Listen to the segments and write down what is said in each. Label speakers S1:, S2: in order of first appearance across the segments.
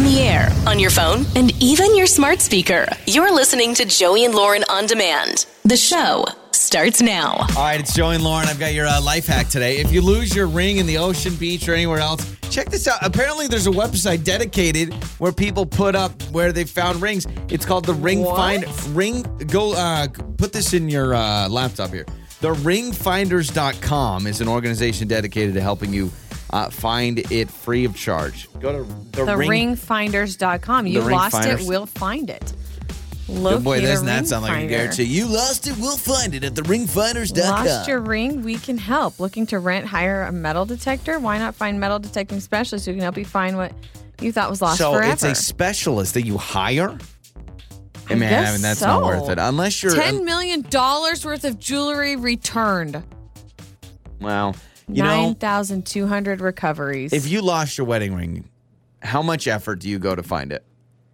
S1: the air, on your phone, and even your smart speaker. You're listening to Joey and Lauren on demand. The show starts now.
S2: All right, it's Joey and Lauren. I've got your uh, life hack today. If you lose your ring in the ocean, beach, or anywhere else, check this out. Apparently, there's a website dedicated where people put up where they found rings. It's called the Ring
S3: What?
S2: Find Ring. Go uh, put this in your uh, laptop here. The ringfinders.com is an organization dedicated to helping you uh, find it free of charge. Go to the,
S3: The
S2: ring.
S3: ringfinders.com. You
S2: The ring
S3: lost
S2: finders.
S3: it, we'll find it.
S2: Good
S3: Look
S2: boy,
S3: your
S2: doesn't
S3: ring
S2: that sound like a
S3: finder.
S2: guarantee? You lost it, we'll find it at the ringfinders.com.
S3: Lost your ring? We can help. Looking to rent, hire a metal detector? Why not find metal detecting specialists who can help you find what you thought was lost
S2: so
S3: forever?
S2: it's a specialist that you hire.
S3: I
S2: Man,
S3: guess
S2: I mean that's not
S3: so.
S2: worth it unless you're.
S3: Ten million dollars worth of jewelry returned.
S2: wow, you
S3: Nine
S2: know,
S3: thousand two hundred recoveries.
S2: if you lost your wedding ring, how much effort do you go to find it?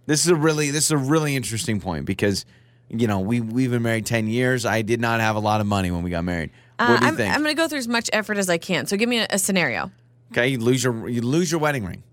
S2: This is a really this is a really interesting point because you know we we've been married ten years. I did not have a lot of money when we got married.
S3: Uh,
S2: what do you
S3: I'm,
S2: think?
S3: I'm going to go through as much effort as I can. So give me a, a scenario.
S2: okay, you lose your you lose your wedding ring.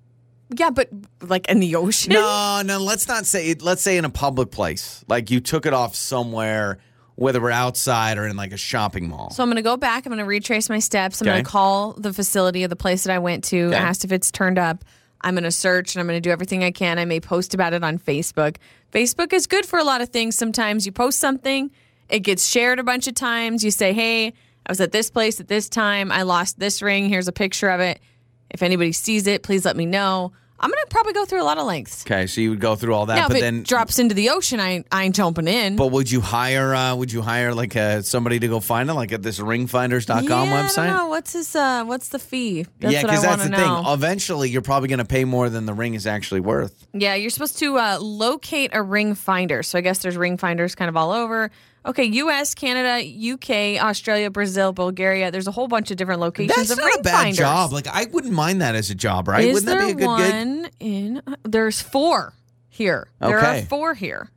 S3: Yeah, but like in the ocean.
S2: No, no. Let's not say. it. Let's say in a public place, like you took it off somewhere, whether we're outside or in like a shopping mall.
S3: So I'm going to go back. I'm going to retrace my steps. I'm going
S2: Okay.
S3: to call the facility of the place that I went to,
S2: Okay.
S3: asked if it's turned up. I'm going to search and I'm going to do everything I can. I may post about it on Facebook. Facebook is good for a lot of things. Sometimes you post something, it gets shared a bunch of times. You say, hey, I was at this place at this time. I lost this ring. Here's a picture of it. If anybody sees it, please let me know. I'm going to probably go through a lot of lengths.
S2: okay, so you would go through all that,
S3: Now,
S2: Uh, but
S3: if it
S2: then
S3: drops into the ocean, I, I ain't jumping in.
S2: But would you hire? Uh, would you hire like uh, somebody to go find it, like at this ringfinders.com
S3: yeah, I don't
S2: website?
S3: know. What's his? Uh, what's the fee? That's
S2: yeah,
S3: what I
S2: because that's
S3: wanna
S2: the
S3: know.
S2: thing. Eventually, you're probably going to pay more than the ring is actually worth.
S3: Yeah, you're supposed to uh, locate a ring finder. So I guess there's ring finders kind of all over. Okay, U.S., Canada, U.K., Australia, Brazil, Bulgaria. There's a whole bunch of different locations
S2: That's
S3: of
S2: not
S3: ring
S2: a bad
S3: finders.
S2: job. Like I wouldn't mind that as a job, right?
S3: Is
S2: wouldn't
S3: there
S2: that be a good gig?
S3: one in? There's four here. There
S2: Okay.
S3: are four here.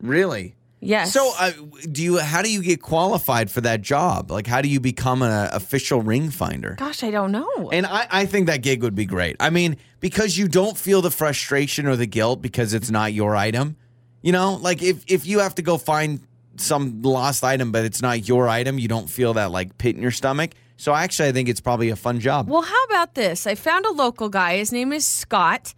S2: Really?
S3: Yes.
S2: So, uh, do you? How do you get qualified for that job? Like, how do you become an official ring finder?
S3: gosh, I don't know.
S2: And I, I think that gig would be great. I mean, because you don't feel the frustration or the guilt because it's not your item. You know, like if, if you have to go find some lost item, but it's not your item, you don't feel that like pit in your stomach. So actually, I think it's probably a fun job.
S3: Well, how about this? I found a local guy. His name is Scott,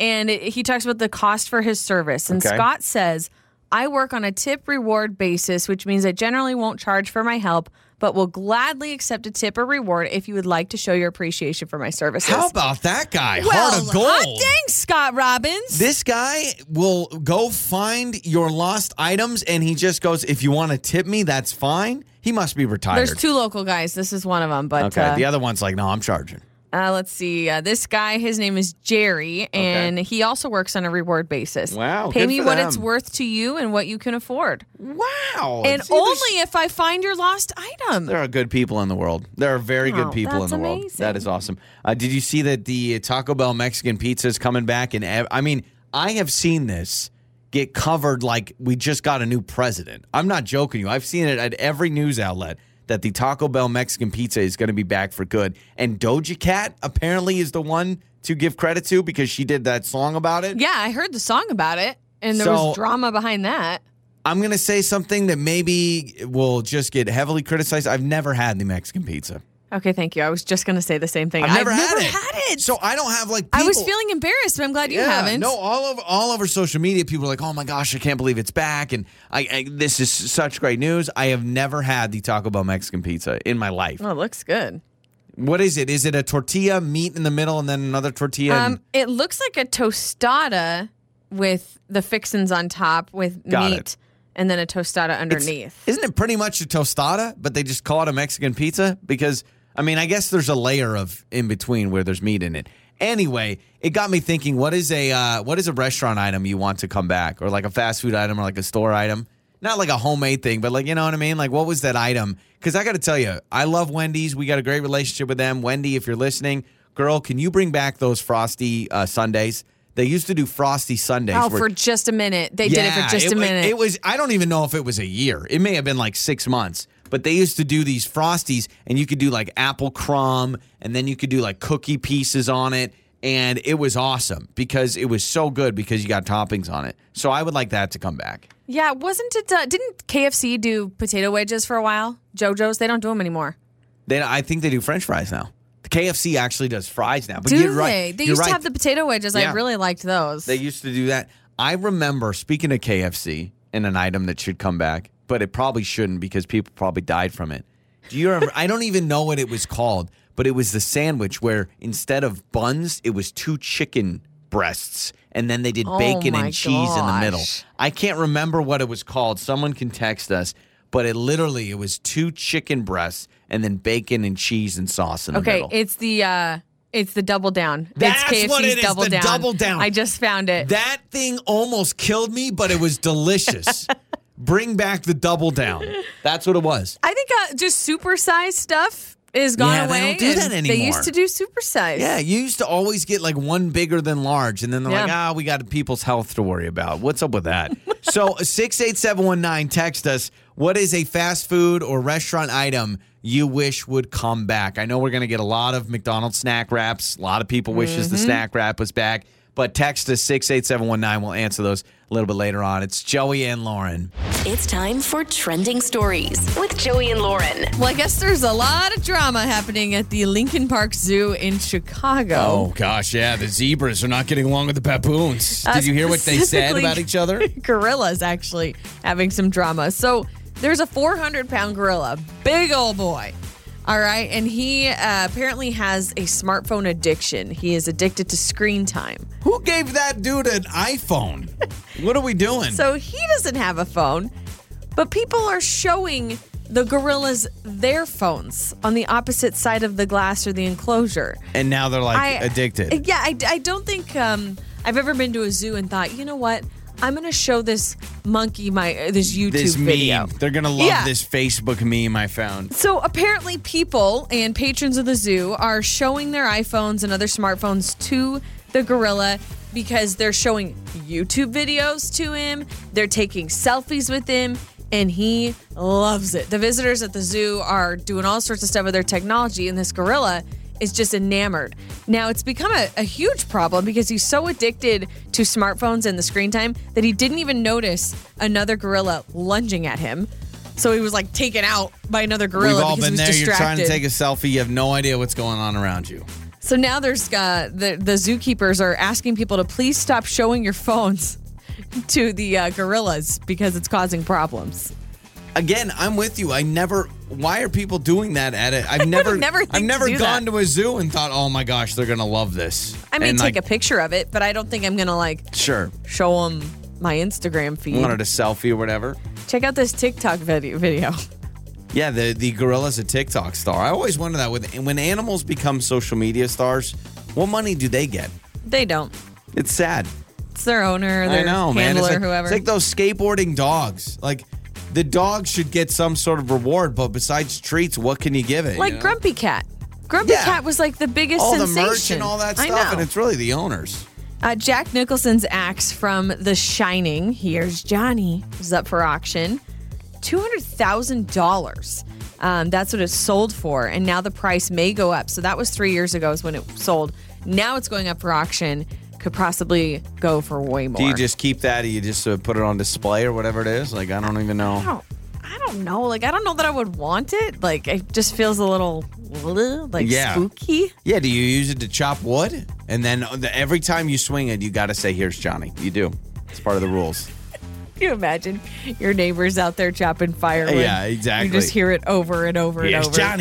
S3: and it, he talks about the cost for his service. And
S2: Okay.
S3: Scott says, I work on a tip reward basis, which means I generally won't charge for my help, but will gladly accept a tip or reward if you would like to show your appreciation for my services.
S2: How about that guy?
S3: well,
S2: Heart of gold.
S3: hot dang, Scott Robbins.
S2: This guy will go find your lost items and he just goes, if you want to tip me, that's fine. He must be retired.
S3: There's two local guys. This is one of them, but
S2: okay.
S3: uh,
S2: the other one's like, no, I'm charging.
S3: Uh, let's see. Uh, this guy, his name is Jerry, and he also works on a reward basis.
S2: Wow,
S3: Pay
S2: good
S3: me
S2: for
S3: what it's
S2: them.
S3: worth to you and what you can afford.
S2: Wow.
S3: and
S2: See, there's-
S3: only if I find your lost item.
S2: There are good people in the world. There are very
S3: Wow,
S2: good people in
S3: that's
S2: the world. That
S3: amazing.
S2: is awesome. Uh, did you see that the Taco Bell Mexican pizza is coming back? And ev- I mean, I have seen this get covered like we just got a new president. I'm not joking you. I've seen it at every news outlet that the Taco Bell Mexican pizza is going to be back for good. And Doja Cat apparently is the one to give credit to because she did that song about it.
S3: Yeah, I heard the song about it, and there
S2: So-
S3: was drama behind that.
S2: I'm going to say something that maybe will just get heavily criticized. I've never had the Mexican pizza.
S3: Okay, thank you. I was just going to say the same thing.
S2: I've never, had, it.
S3: had it.
S2: So I don't have like. People,
S3: I was feeling embarrassed, but I'm glad you
S2: Yeah,
S3: haven't.
S2: No, all over all over social media, people are like, "Oh my gosh, I can't believe it's back!" And I, I this is such great news. I have never had the Taco Bell Mexican pizza in my life.
S3: Well, Oh, it looks good.
S2: What is it? Is it a tortilla, meat in the middle, and then another tortilla? and-
S3: Um, it looks like a tostada with the fixins on top with
S2: Got
S3: meat,
S2: it.
S3: and then a tostada
S2: It's-
S3: underneath.
S2: Isn't it pretty much a tostada, but they just call it a Mexican pizza? Because, I mean, I guess there's a layer of in between where there's meat in it. Anyway, it got me thinking what is a uh, what is a restaurant item you want to come back or like a fast food item or like a store item? Not like a homemade thing, but like you know what I mean? Like what was that item? Cuz I got to tell you, I love Wendy's. We got a great relationship with them. Wendy, if you're listening, girl, can you bring back those frosty uh, Sundays? They used to do frosty Sundays.
S3: Oh,
S2: where-
S3: for just a minute. They did it for just a
S2: wa-
S3: minute.
S2: It was I don't even know if it was a year. It may have been like six months. But they used to do these frosties, and you could do like apple crumb, and then you could do like cookie pieces on it. and it was awesome because it was so good because you got toppings on it. So I would like that to come back.
S3: Yeah, wasn't it? Uh, didn't KFC do potato wedges for a while? JoJo's, they don't do them anymore.
S2: Then I think they do French fries now. The KFC actually does fries now. But
S3: Do
S2: you're
S3: they?
S2: right.
S3: They
S2: You're
S3: used
S2: right.
S3: to have the potato wedges.
S2: Yeah.
S3: I really liked those.
S2: They used to do that. I remember speaking of KFC and an item that should come back, but it probably shouldn't because people probably died from it. Do you remember? I don't even know what it was called, but it was the sandwich where instead of buns, it was two chicken breasts, and then they did
S3: Oh
S2: bacon
S3: my
S2: and cheese in the middle.
S3: gosh.
S2: I can't remember what it was called. Someone can text us, but it literally it was two chicken breasts and then bacon and cheese and sauce in the
S3: okay,
S2: middle.
S3: it's the uh, it's the double down.
S2: That's
S3: it's KFC's
S2: what it is,
S3: double
S2: the
S3: down.
S2: double down.
S3: I just found it.
S2: That thing almost killed me, but it was delicious. Bring back the double down. That's what it was.
S3: I think uh, just supersized stuff is gone
S2: Yeah, they
S3: away.
S2: don't do that
S3: and They
S2: anymore.
S3: used to do supersize.
S2: Yeah, you used to always get like one bigger than large, and then they're like,
S3: Yeah.
S2: ah, we got people's health to worry about. What's up with that? so, 68719, text us. What is a fast food or restaurant item you wish would come back? I know we're going to get a lot of McDonald's snack wraps. A lot of people wishes the snack wrap was back, but text us 68719. We'll answer those a little bit later on. It's Joey and Lauren.
S1: It's time for trending stories with Joey and Lauren.
S3: Well, I guess there's a lot of drama happening at the Lincoln Park Zoo in Chicago.
S2: Oh gosh, yeah, the zebras are not getting along with the baboons. Did you hear what they said
S3: Uh, specifically-
S2: about each other?
S3: Gorillas actually having some drama. So there's a 400 pound gorilla, big old boy. All right. And he uh, apparently has a smartphone addiction. He is addicted to screen time.
S2: Who gave that dude an iPhone? What are we doing?
S3: So he doesn't have a phone, but people are showing the gorillas their phones on the opposite side of the glass or the enclosure.
S2: and now they're like
S3: uh,
S2: addicted.
S3: Yeah, I, I don't think um, I've ever been to a zoo and thought, you know what? I'm going to show this monkey my uh, this YouTube
S2: This meme.
S3: video.
S2: They're gonna love
S3: Yeah.
S2: this Facebook meme I found.
S3: So apparently, people and patrons of the zoo are showing their iPhones and other smartphones to the gorilla because they're showing YouTube videos to him, they're taking selfies with him. And he loves it. The visitors at the zoo are doing all sorts of stuff with their technology, and this gorilla is just enamored. Now, it's become a, a huge problem because he's so addicted to smartphones and the screen time that he didn't even notice another gorilla lunging at him. So he was like taken out by another gorilla
S2: We've all
S3: because
S2: been
S3: he was
S2: there. You're trying
S3: distracted.
S2: to take a selfie. You have no idea what's going on around you.
S3: so now there's uh, the the zookeepers are asking people to please stop showing your phones to the uh, gorillas because it's causing problems.
S2: Again, I'm with you. I never. Why are people doing that? At it, I've never,
S3: never
S2: I've
S3: think
S2: never
S3: to do
S2: gone
S3: that.
S2: to a zoo and thought, oh my gosh, they're gonna love this.
S3: I may
S2: And, like,
S3: take a picture of it, but I don't think I'm gonna like
S2: sure.
S3: show them my Instagram feed.
S2: Wanted a selfie or whatever.
S3: Check out this TikTok video. video.
S2: Yeah, the the gorilla's a TikTok star. I always wonder that with when animals become social media stars, what money do they get?
S3: They don't.
S2: It's sad.
S3: It's their owner, their
S2: I know, man.
S3: handler,
S2: It's like,
S3: whoever.
S2: It's like those skateboarding dogs. Like the dog should get some sort of reward, but besides treats, what can you give it?
S3: Like
S2: you know?
S3: Grumpy Cat. Grumpy
S2: Yeah.
S3: Cat was like the biggest
S2: all the
S3: sensation.
S2: merch and all that
S3: I
S2: stuff,
S3: know.
S2: and it's really the owners.
S3: Uh, Jack Nicholson's axe from The Shining, Here's Johnny, is up for auction. $200,000. Um, that's what it's sold for. And now the price may go up. So that was three years ago, is when it sold. Now it's going up for auction. Could possibly go for way more.
S2: Do you just keep that? Do you just uh, put it on display or whatever it is? Like I don't even know.
S3: I don't, I don't know. Like, I don't know that I would want it. Like, it just feels a little, like,
S2: Yeah.
S3: spooky.
S2: Yeah, do you use it to chop wood? And then uh, the- every time you swing it, you got to say, "Here's Johnny." You do. It's part of the rules.
S3: Can you imagine your neighbors out there chopping firewood?
S2: Yeah,
S3: You
S2: exactly.
S3: just hear it over and over and over.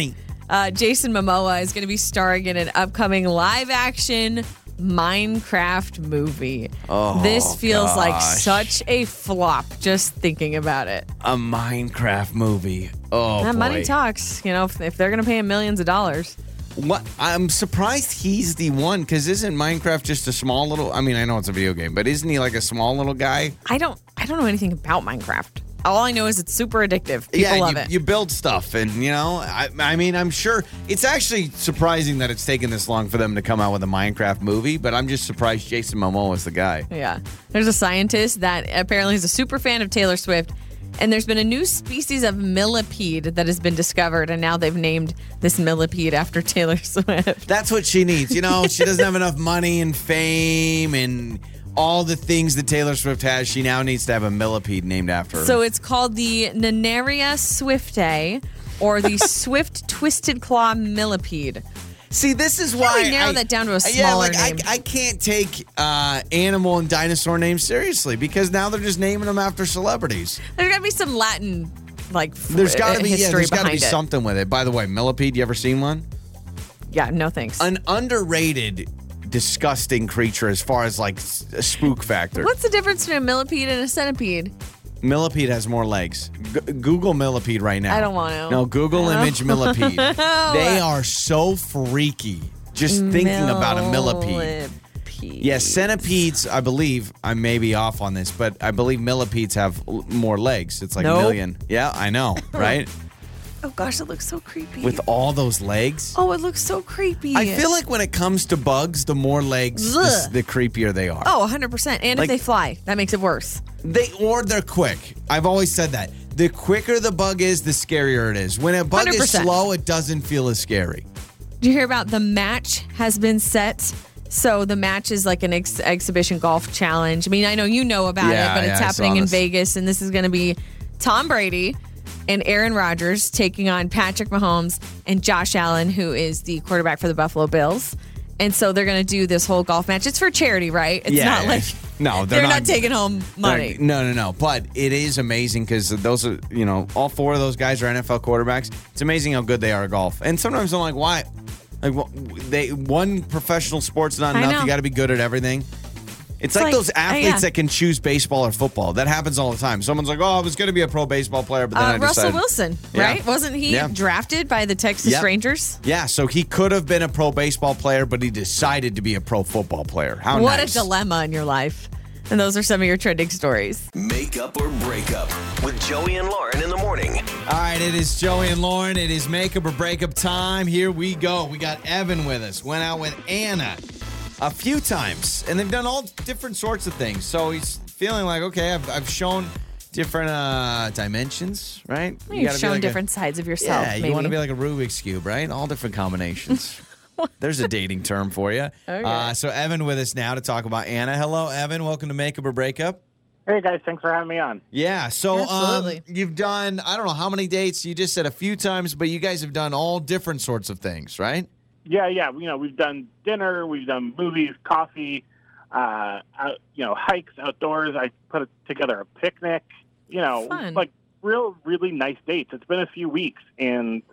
S3: Uh, Jason Momoa is going to be starring in an upcoming live action Minecraft movie.
S2: Oh,
S3: this feels like
S2: gosh.
S3: such a flop just thinking about it.
S2: A Minecraft movie. Oh,
S3: that
S2: boy.
S3: money talks, you know, if, if they're going to pay him millions of dollars.
S2: What? I'm surprised he's the one because isn't Minecraft just a small little? I mean, I know it's a video game, but isn't he like a small little guy?
S3: I don't I don't know anything about Minecraft. All I know is it's super addictive. People
S2: yeah,
S3: love
S2: you,
S3: it.
S2: you build stuff, and you know, I, I mean, I'm sure it's actually surprising that it's taken this long for them to come out with a Minecraft movie. But I'm just surprised Jason Momoa is the guy.
S3: Yeah. There's a scientist that apparently is a super fan of Taylor Swift And there's been a new species of millipede that has been discovered, and now they've named this millipede after Taylor Swift.
S2: That's what she needs. You know, she doesn't have enough money and fame and all the things that Taylor Swift has. She now needs to have a millipede named after her.
S3: So it's called the Nanaria swiftae, or the Swift Twisted Claw millipede.
S2: See, this is why
S3: we narrow that down to a
S2: yeah,
S3: smaller
S2: like
S3: name?
S2: I, I can't take uh, animal and dinosaur names seriously because now they're just naming them after celebrities.
S3: There's got to be some Latin, like f-
S2: There's got to be yeah,
S3: history
S2: there's got to
S3: behind
S2: be
S3: it.
S2: something with it. By the way, millipede, you ever seen one?
S3: yeah, no thanks.
S2: An underrated, disgusting creature as far as like s- spook factor.
S3: What's the difference between a millipede and a centipede?
S2: Millipede has more legs. G- Google millipede right now.
S3: I don't want to.
S2: No, Google image millipede. They are so freaky. Just thinking about a millipede.
S3: Millipede.
S2: Yeah, centipedes, I believe, I may be off on this, but I believe millipedes have l- more legs. It's like
S3: Nope.
S2: a million. Yeah, I know, right?
S3: Oh gosh, it looks so creepy.
S2: With all those legs.
S3: oh, it looks so creepy.
S2: I feel like when it comes to bugs, the more legs, the, s-
S3: Ugh.
S2: the creepier they are.
S3: Oh, 100%. And
S2: Like-
S3: if they fly, that makes it worse.
S2: They or they're quick. I've always said that. The quicker the bug is, the scarier it is. When a bug is
S3: 100%.
S2: slow, it doesn't feel as scary.
S3: Do you hear about the match has been set? So the match is like an ex- exhibition golf challenge. I mean, I know you know about
S2: Yeah,
S3: it, but
S2: yeah,
S3: it's
S2: I
S3: happening
S2: saw
S3: in
S2: this.
S3: Vegas, and this is going to be Tom Brady and Aaron Rodgers taking on Patrick Mahomes and Josh Allen, who is the quarterback for the Buffalo Bills. And so they're going to do this whole golf match. It's for charity, right? It's
S2: Yeah,
S3: not
S2: yeah.
S3: like
S2: No, they're
S3: they're, not,
S2: not-
S3: taking home money.
S2: They're- No, no, no. But it is amazing because those are, you know, all four of those guys are NFL quarterbacks. It's amazing how good they are at golf. And sometimes I'm like, why? Like, wh- they one professional sport's not
S3: I
S2: enough.
S3: know.
S2: You got to be good at everything. It's, like,
S3: like,
S2: those
S3: uh,
S2: athletes
S3: yeah.
S2: that can choose baseball or football. That happens all the time. Someone's like, "Oh, I was going to be a pro baseball player, but then I
S3: Uh, Russell
S2: decided."
S3: Wilson,
S2: Yeah.
S3: right? Wasn't he
S2: Yeah.
S3: drafted by the Texas
S2: Yep.
S3: Rangers?
S2: Yeah, so he could have been a pro baseball player, but he decided to be a pro football player. How
S3: what
S2: Oh, nice.
S3: a dilemma in your life. And those are some of your trending stories.
S4: Make up or break up with Joey and Lauren in the morning.
S2: All right, it is Joey and Lauren. It is makeup or breakup time. Here we go. We got Evan with us. Went out with Anna a few times, and they've done all different sorts of things. So he's feeling like, okay, I've, I've shown different uh, dimensions, right? You
S3: You've
S2: gotta be
S3: shown
S2: like a-
S3: different sides of yourself.
S2: yeah,
S3: maybe.
S2: you want to be like a Rubik's cube, right? All different combinations. There's a dating term for you.
S3: Okay.
S2: Uh, so Evan with us now to talk about Anna. Hello, Evan. Welcome to Makeup or Breakup.
S5: Hey guys, thanks for having me on.
S2: Yeah, so um,
S3: Absolutely.
S2: you've done I don't know how many dates. You just said a few times, but you guys have done all different sorts of things, right?
S3: Mm-hmm.
S5: Yeah, yeah, you know we've done dinner, we've done movies, coffee, uh, out, you know hikes outdoors. I put together a picnic. You know,
S3: Fun.
S5: like real, really nice dates. It's been a few weeks, and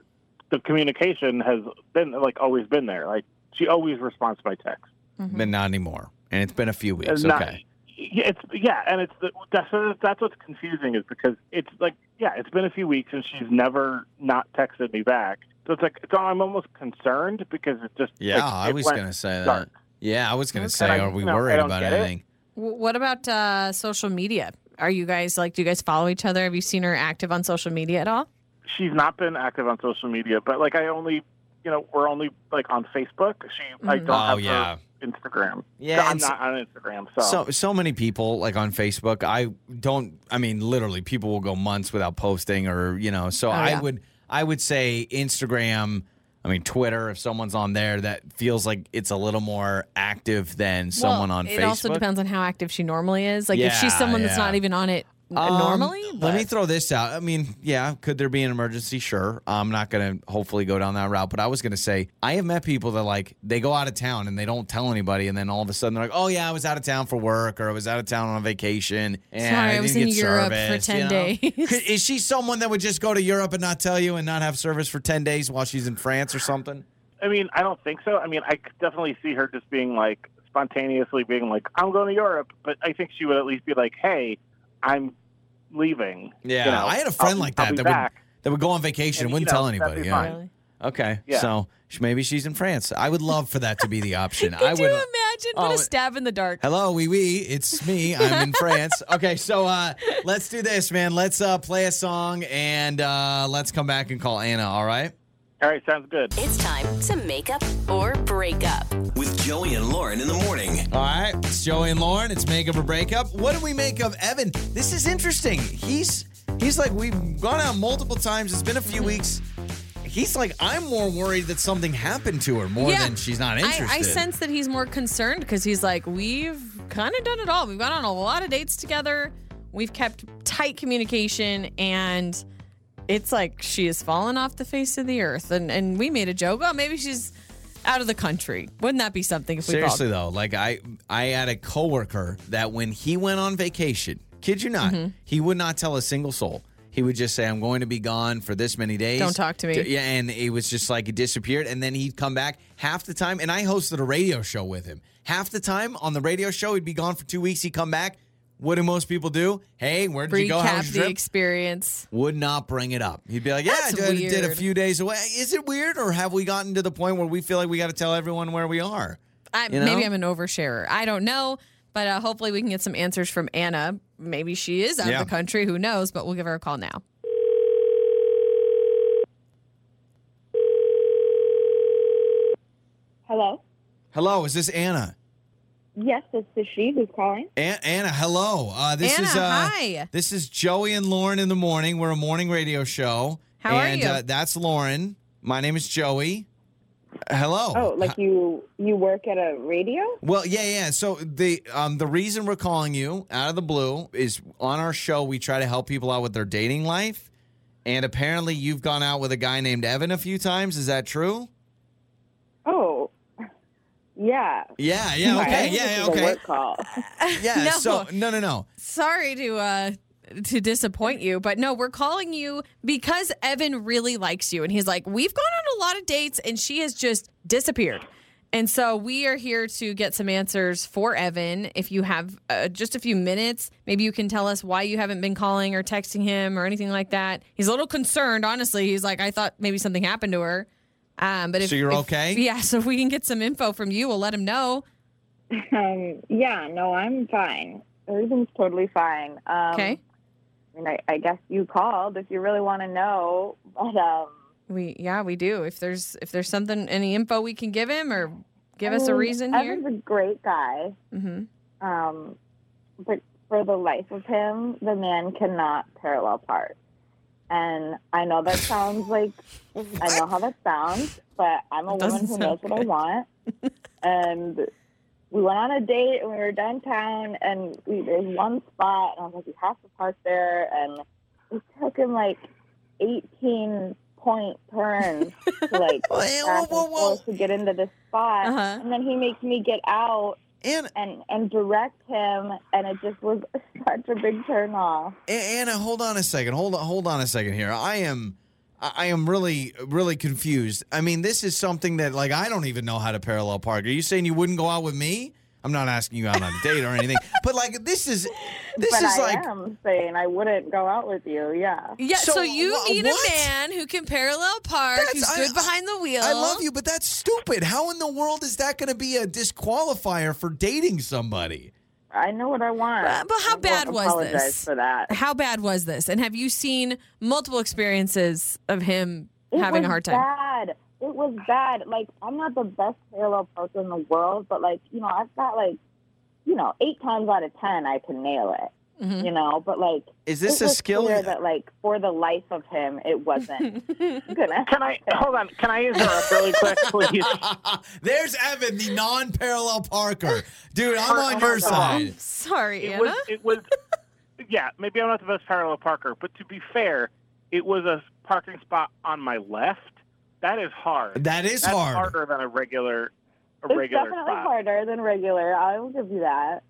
S5: the communication has been like always been there. Like she always responds to my text.
S2: But not anymore. And it's been a few weeks.
S5: It's Uh, not-
S2: okay.
S5: Yeah, it's yeah, and it's the, that's that's what's confusing is because it's like yeah, it's been a few weeks and she's never not texted me back. So it's like so I'm almost concerned because it's just
S2: Yeah,
S5: like,
S2: I
S5: it
S2: was
S5: went
S2: gonna say that.
S5: dark.
S2: Yeah, I was gonna
S3: Okay.
S2: say,
S5: I-
S2: are we
S5: you know, I
S2: worried
S5: don't
S2: about
S5: get it.
S2: anything?
S3: W- what about uh, social media? Are you guys like, do you guys follow each other? Have you seen her active on social media at all?
S5: she's not been active on social media, but like I only, you know, we're only like on Facebook. She, I
S3: Mhm.
S5: don't
S2: Oh
S5: have
S2: yeah.
S5: her Instagram.
S2: Yeah,
S5: I'm
S2: and so-
S5: not on Instagram. So,
S2: So so many people like on Facebook, I don't I mean literally people will go months without posting or you know, so
S3: Oh,
S2: I
S3: yeah.
S2: would I would say Instagram I mean Twitter if someone's on there that feels like it's a little more active than someone
S3: Well,
S2: on
S3: it
S2: Facebook.
S3: also depends on how active she normally is. Like, if she's
S2: Yeah,
S3: someone that's
S2: yeah.
S3: not even on it n-
S2: Um,
S3: normally,
S2: Let me
S3: but-
S2: throw this out. I mean, yeah, could there be an emergency? Sure. I'm not going to hopefully go down that route, but I was going to say I have met people that like they go out of town and they don't tell anybody, and then all of a sudden they're like, "Oh yeah, I was out of town for work, or I was out of town on vacation, and
S3: Sorry, I was
S2: didn't
S3: in
S2: get
S3: Europe for
S2: service,"
S3: 10
S2: you know?
S3: days.
S2: Could- Is she someone that would just go to Europe and not tell you and not have service for ten days while she's in France or something?
S5: I mean, I don't think so. I mean, I could definitely see her just being like spontaneously being like, "I'm going to Europe," but I think she would at least be like, "Hey, I'm leaving."
S2: Yeah,
S5: you know,
S2: I had a friend
S5: I'll-
S2: like
S5: I'll
S2: that
S5: be
S2: that
S5: back.
S2: would that would go on vacation and,
S5: And,
S2: wouldn't
S5: you know,
S2: tell
S5: that'd be
S2: anybody.
S5: fine.
S2: Yeah.
S3: Really?
S2: Okay.
S5: Yeah.
S2: So sh- maybe she's in France. I would love for that to be the option. I
S3: Could you
S2: would.
S3: imagine? What
S2: Oh,
S3: a stab in the dark.
S2: Hello, wee wee. It's me. I'm in France. Okay, so uh, let's do this, man. Let's uh, play a song and uh, let's come back and call Anna. All right.
S5: All right, sounds good.
S1: It's time to make up or break up.
S4: With Joey and Lauren in the morning.
S2: All right. It's Joey and Lauren. It's makeup or breakup. What do we make of Evan? This is interesting. He's He's like, we've gone out multiple times. It's been a few weeks. He's like, I'm more worried that something happened to her more than she's not
S3: I-
S2: interested.
S3: I, sense that he's more concerned because he's like, we've kind of done it all. We've gone on a lot of dates together. We've kept tight communication, and it's like she has fallen off the face of the earth. And and we made a joke. Oh, maybe she's out of the country. Wouldn't that be something if we called?
S2: Seriously though, like I I had a coworker that when he went on vacation, kid you not,
S3: Mm-hmm.
S2: he would not tell a single soul. He would just say, "I'm going to be gone for this many days.
S3: Don't talk to me.
S2: Yeah, and it was just like it disappeared, and then he'd come back half the time. And I hosted a radio show with him. Half the time on the radio show, he'd be gone for two weeks. He'd come back. What do most people do? Hey, where did you go? How
S3: Recap
S2: was
S3: the
S2: your trip?
S3: experience.
S2: would not bring it up. He'd be like, "Yeah, I
S3: That's
S2: did, I did a
S3: weird.
S2: few days away. Is it weird, or have we gotten to the point where we feel like we got to tell everyone where we are?"
S3: I,
S2: You know?
S3: Maybe I'm an oversharer. I don't know, but uh, hopefully we can get some answers from Anna. Maybe she is out
S2: Yeah.
S3: of the country. Who knows? But we'll give her a call now.
S6: Hello.
S2: Hello, is this Anna?
S6: Yes, this is she who's calling.
S2: An- Anna, hello. Uh, this is
S3: Anna,
S2: uh,
S3: hi.
S2: This is Joey and Lauren in the morning. We're a morning radio show.
S3: How are
S2: and,
S3: you?
S2: Uh, that's Lauren. My name is Joey. Hello.
S6: Oh, like you you work at a radio?
S2: Well, yeah, yeah. So the um, the reason we're calling you out of the blue is on our show we try to help people out with their dating life, and apparently you've gone out with a guy named Evan a few times. Is that true?
S6: Oh, yeah.
S2: Yeah, yeah,
S6: Sorry, I
S2: okay,
S6: think this
S2: yeah, yeah,
S6: is a
S2: okay,
S6: work call.
S2: yeah.
S3: No.
S2: So no, no, no.
S3: sorry to uh to disappoint you, but no, we're calling you because Evan really likes you and he's like, "We've gone on a lot of dates and she has just disappeared." And so we are here to get some answers for Evan. If you have uh, just a few minutes, maybe you can tell us why you haven't been calling or texting him or anything like that. He's a little concerned, honestly. He's like, "I thought maybe something happened to her." Um, but if
S2: So you're
S3: if-
S2: okay?
S3: yeah. So if we can get some info from you, we'll let him know.
S6: Um, yeah, no, I'm fine. Everything's totally fine. Um,
S3: Okay,
S6: I mean, I, I guess you called if you really want to know, but um,
S3: We yeah, we do. If there's if there's something any info we can give him or give
S6: I
S3: us a
S6: mean,
S3: reason
S6: Evan's
S3: here.
S6: a great guy,
S3: hmm
S6: um, but for the life of him, the man cannot parallel park. And I know that sounds like I know how that sounds, but I'm a
S3: That doesn't
S6: woman who knows
S3: sound
S6: what I
S3: good.
S6: want. and we went on a date and we were downtown and we, there's one spot and I was like, you have to park there. And it took him like 18 point turns to like
S2: Whoa,
S6: back and
S2: whoa, whoa.
S6: forth to get into this spot.
S3: Uh-huh.
S6: And then he makes me get out
S2: Anna,
S6: and, and direct him. And it just was such a big turn off.
S2: A- Anna, hold on a second. Hold on, hold on a second here. I am, I I am really, really confused. I mean, this is something that like I don't even know how to parallel park. Are you saying you wouldn't go out with me? I'm not asking you out on a date or anything, but like this is, this
S6: but
S2: is
S6: I
S2: like,
S6: am saying I wouldn't go out with you. Yeah.
S3: Yeah, so,
S2: So,
S3: you
S2: wha-
S3: need
S2: what?
S3: a man who can parallel park,
S2: That's-
S3: who's
S2: I-
S3: good behind the wheel.
S2: I love you, but that's stupid. How in the world is that going to be a disqualifier for dating somebody?
S6: I know what I want.
S3: Uh, but how
S6: I won't
S3: bad was
S6: apologize
S3: this?
S6: For that.
S3: How bad was this? And have you seen multiple experiences of him having
S6: was
S3: a hard time?
S6: Bad. It was bad. Like I'm not the best parallel parker in the world, but like you know, I've got like you know, eight times out of ten, I can nail it.
S3: Mhm.
S6: You know, but like
S2: Is
S6: it
S2: this a
S6: was
S2: skill?
S6: clear that like for the life of him, it wasn't gonna.
S5: Can I hold on? Can I interrupt really quick, please?
S2: There's Evan, the non-parallel parker, dude. I'm on your
S5: Oh my God.
S2: side.
S3: Sorry,
S5: It
S3: Anna.
S5: was. It was. Yeah, maybe I'm not the best parallel parker, but to be fair, it was a parking spot on my left. That is hard.
S2: That is
S5: That's
S2: hard.
S5: harder than a regular, a
S6: It's
S5: regular
S6: definitely
S5: spot.
S6: harder than regular. I will give you that.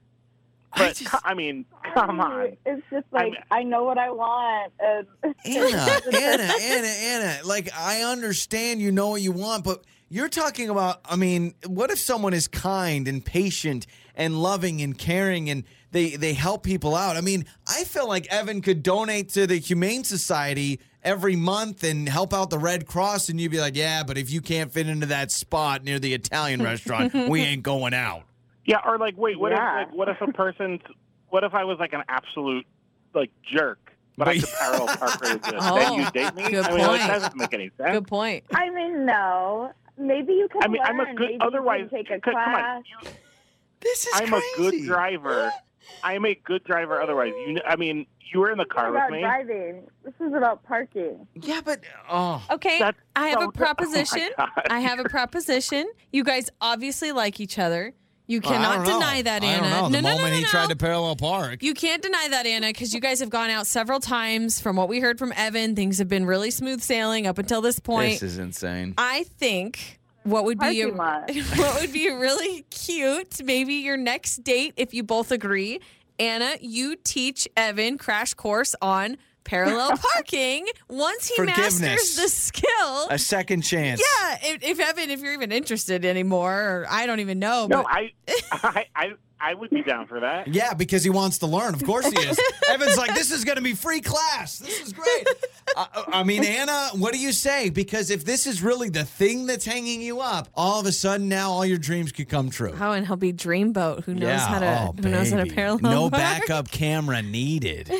S5: But
S2: I just-
S5: I mean, come on.
S6: It's just like
S5: I'm-
S6: I know what I want, and
S2: Anna, Anna, Anna, Anna. Like I understand you know what you want, but you're talking about I mean, what if someone is kind and patient and loving and caring and they they help people out? I mean, I feel like Evan could donate to the Humane Society every month and help out the Red Cross and you'd be like, "Yeah, but if you can't fit into that spot near the Italian restaurant, we ain't going out."
S5: Yeah, or like, wait, what
S6: Yeah.
S5: if, like, what if a person's, what if I was like an absolute, like jerk, but I
S2: But-
S5: could parallel park really good?
S3: Oh,
S5: then you date me?
S3: good
S5: I mean, like,
S3: point.
S5: that doesn't make any sense.
S3: Good point.
S6: I mean, no. Maybe you can
S5: I mean,
S6: learn.
S5: I'm a good.
S6: Maybe you
S5: Otherwise,
S6: can take a
S5: c- come
S6: class.
S5: on, you-
S2: This is
S5: I'm a
S2: crazy.
S5: good driver. I'm a good driver. Otherwise, you. kn- I mean, you were in the car
S7: about
S5: with me.
S7: driving. This is about parking.
S2: Yeah, but oh,
S3: Okay,
S5: That's
S3: I have
S5: so-
S3: a proposition.
S5: Oh my God.
S3: I have a proposition. You guys obviously like each other. You
S2: Well, I
S3: cannot
S2: don't know.
S3: deny that,
S2: I
S3: Anna.
S2: don't know.
S3: No,
S2: the
S3: no, no,
S2: moment
S3: no,
S2: he
S3: no.
S2: tried to parallel park,
S3: You can't deny that, Anna, because you guys have gone out several times. From what we heard from Evan, things have been really smooth sailing up until this point.
S2: this is insane.
S3: I think what would be a,
S7: Parking lot.
S3: what would be really cute, maybe your next date if you both agree, Anna, you teach Evan crash course on parallel parking. Once he
S2: Forgiveness.
S3: masters the skill,
S2: A second chance.
S3: yeah, if, if Evan, if you're even interested anymore, or I don't even know,
S5: No,
S3: but
S5: I, I, I, I would be down for that.
S2: Yeah, because he wants to learn. Of course he is. Evan's like, this is going to be free class. This is great. I, I mean, Anna, what do you say? Because if this is really the thing that's hanging you up, all of a sudden now all your dreams could come true.
S3: oh, and he'll be Dreamboat, who knows how to
S2: oh,
S3: who knows how to
S2: baby.
S3: parallel
S2: No
S3: park.
S2: backup camera needed.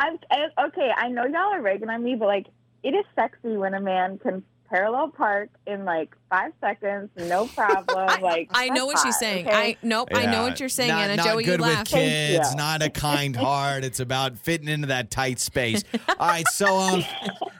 S7: I'm I, okay. I know y'all are ragging on me, but like, it is sexy when a man can parallel park in like five seconds, no problem. like,
S3: I know
S7: that's
S3: what she's
S7: hot,
S3: saying.
S7: okay?
S3: I nope. I know
S2: Yeah,
S3: what you're saying,
S2: not,
S3: Anna.
S2: Not
S3: Joey,
S2: good
S3: you
S2: with
S3: laugh.
S2: kids,
S7: you.
S2: not a kind heart. It's about fitting into that tight space. All right, so um,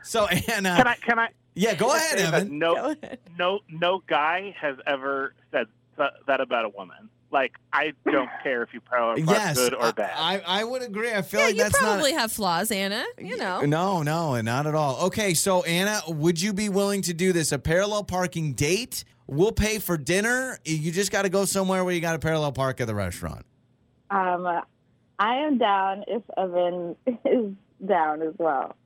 S2: so Anna,
S5: Can I? Can I?
S2: yeah, go ahead,
S5: say that
S2: Evan.
S5: No, no, no guy has ever said th- that about a woman. Like, I don't care if you parallel park
S2: Yes,
S5: good or bad.
S2: I, I I would agree. I feel
S3: Yeah,
S2: like
S3: you
S2: that's not.
S3: probably have flaws, Anna. You know.
S2: No, no, not at all. Okay, so Anna, would you be willing to do this? A parallel parking date? We'll pay for dinner. You just got to go somewhere where you got to parallel park at the restaurant.
S7: Um, I am down if Evan is down as well.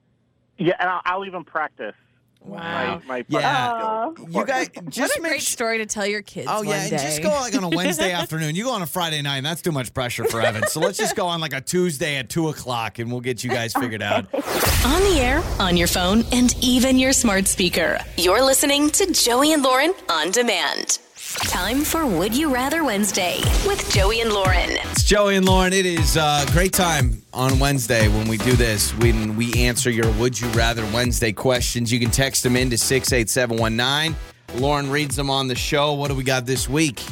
S5: yeah, and I'll, I'll even practice.
S3: Wow.
S5: My, my
S2: Yeah.
S5: parking skills.
S2: You guys, just
S3: what a
S2: make
S3: great
S2: sure.
S3: story to tell your kids.
S2: Oh
S3: one
S2: yeah, and just
S3: day.
S2: go like on a Wednesday afternoon. You go on a Friday night, and that's too much pressure for Evan. So let's just go on like a Tuesday at two o'clock, and we'll get you guys figured out.
S1: On the air, on your phone, and even your smart speaker. You're listening to Joey and Lauren on demand. Time for Would You Rather Wednesday with Joey and Lauren.
S2: It's Joey and Lauren. It is a great time on Wednesday when we do this, when we answer your Would You Rather Wednesday questions. You can text them in to 68719. Lauren reads them on the show. What do we got this week?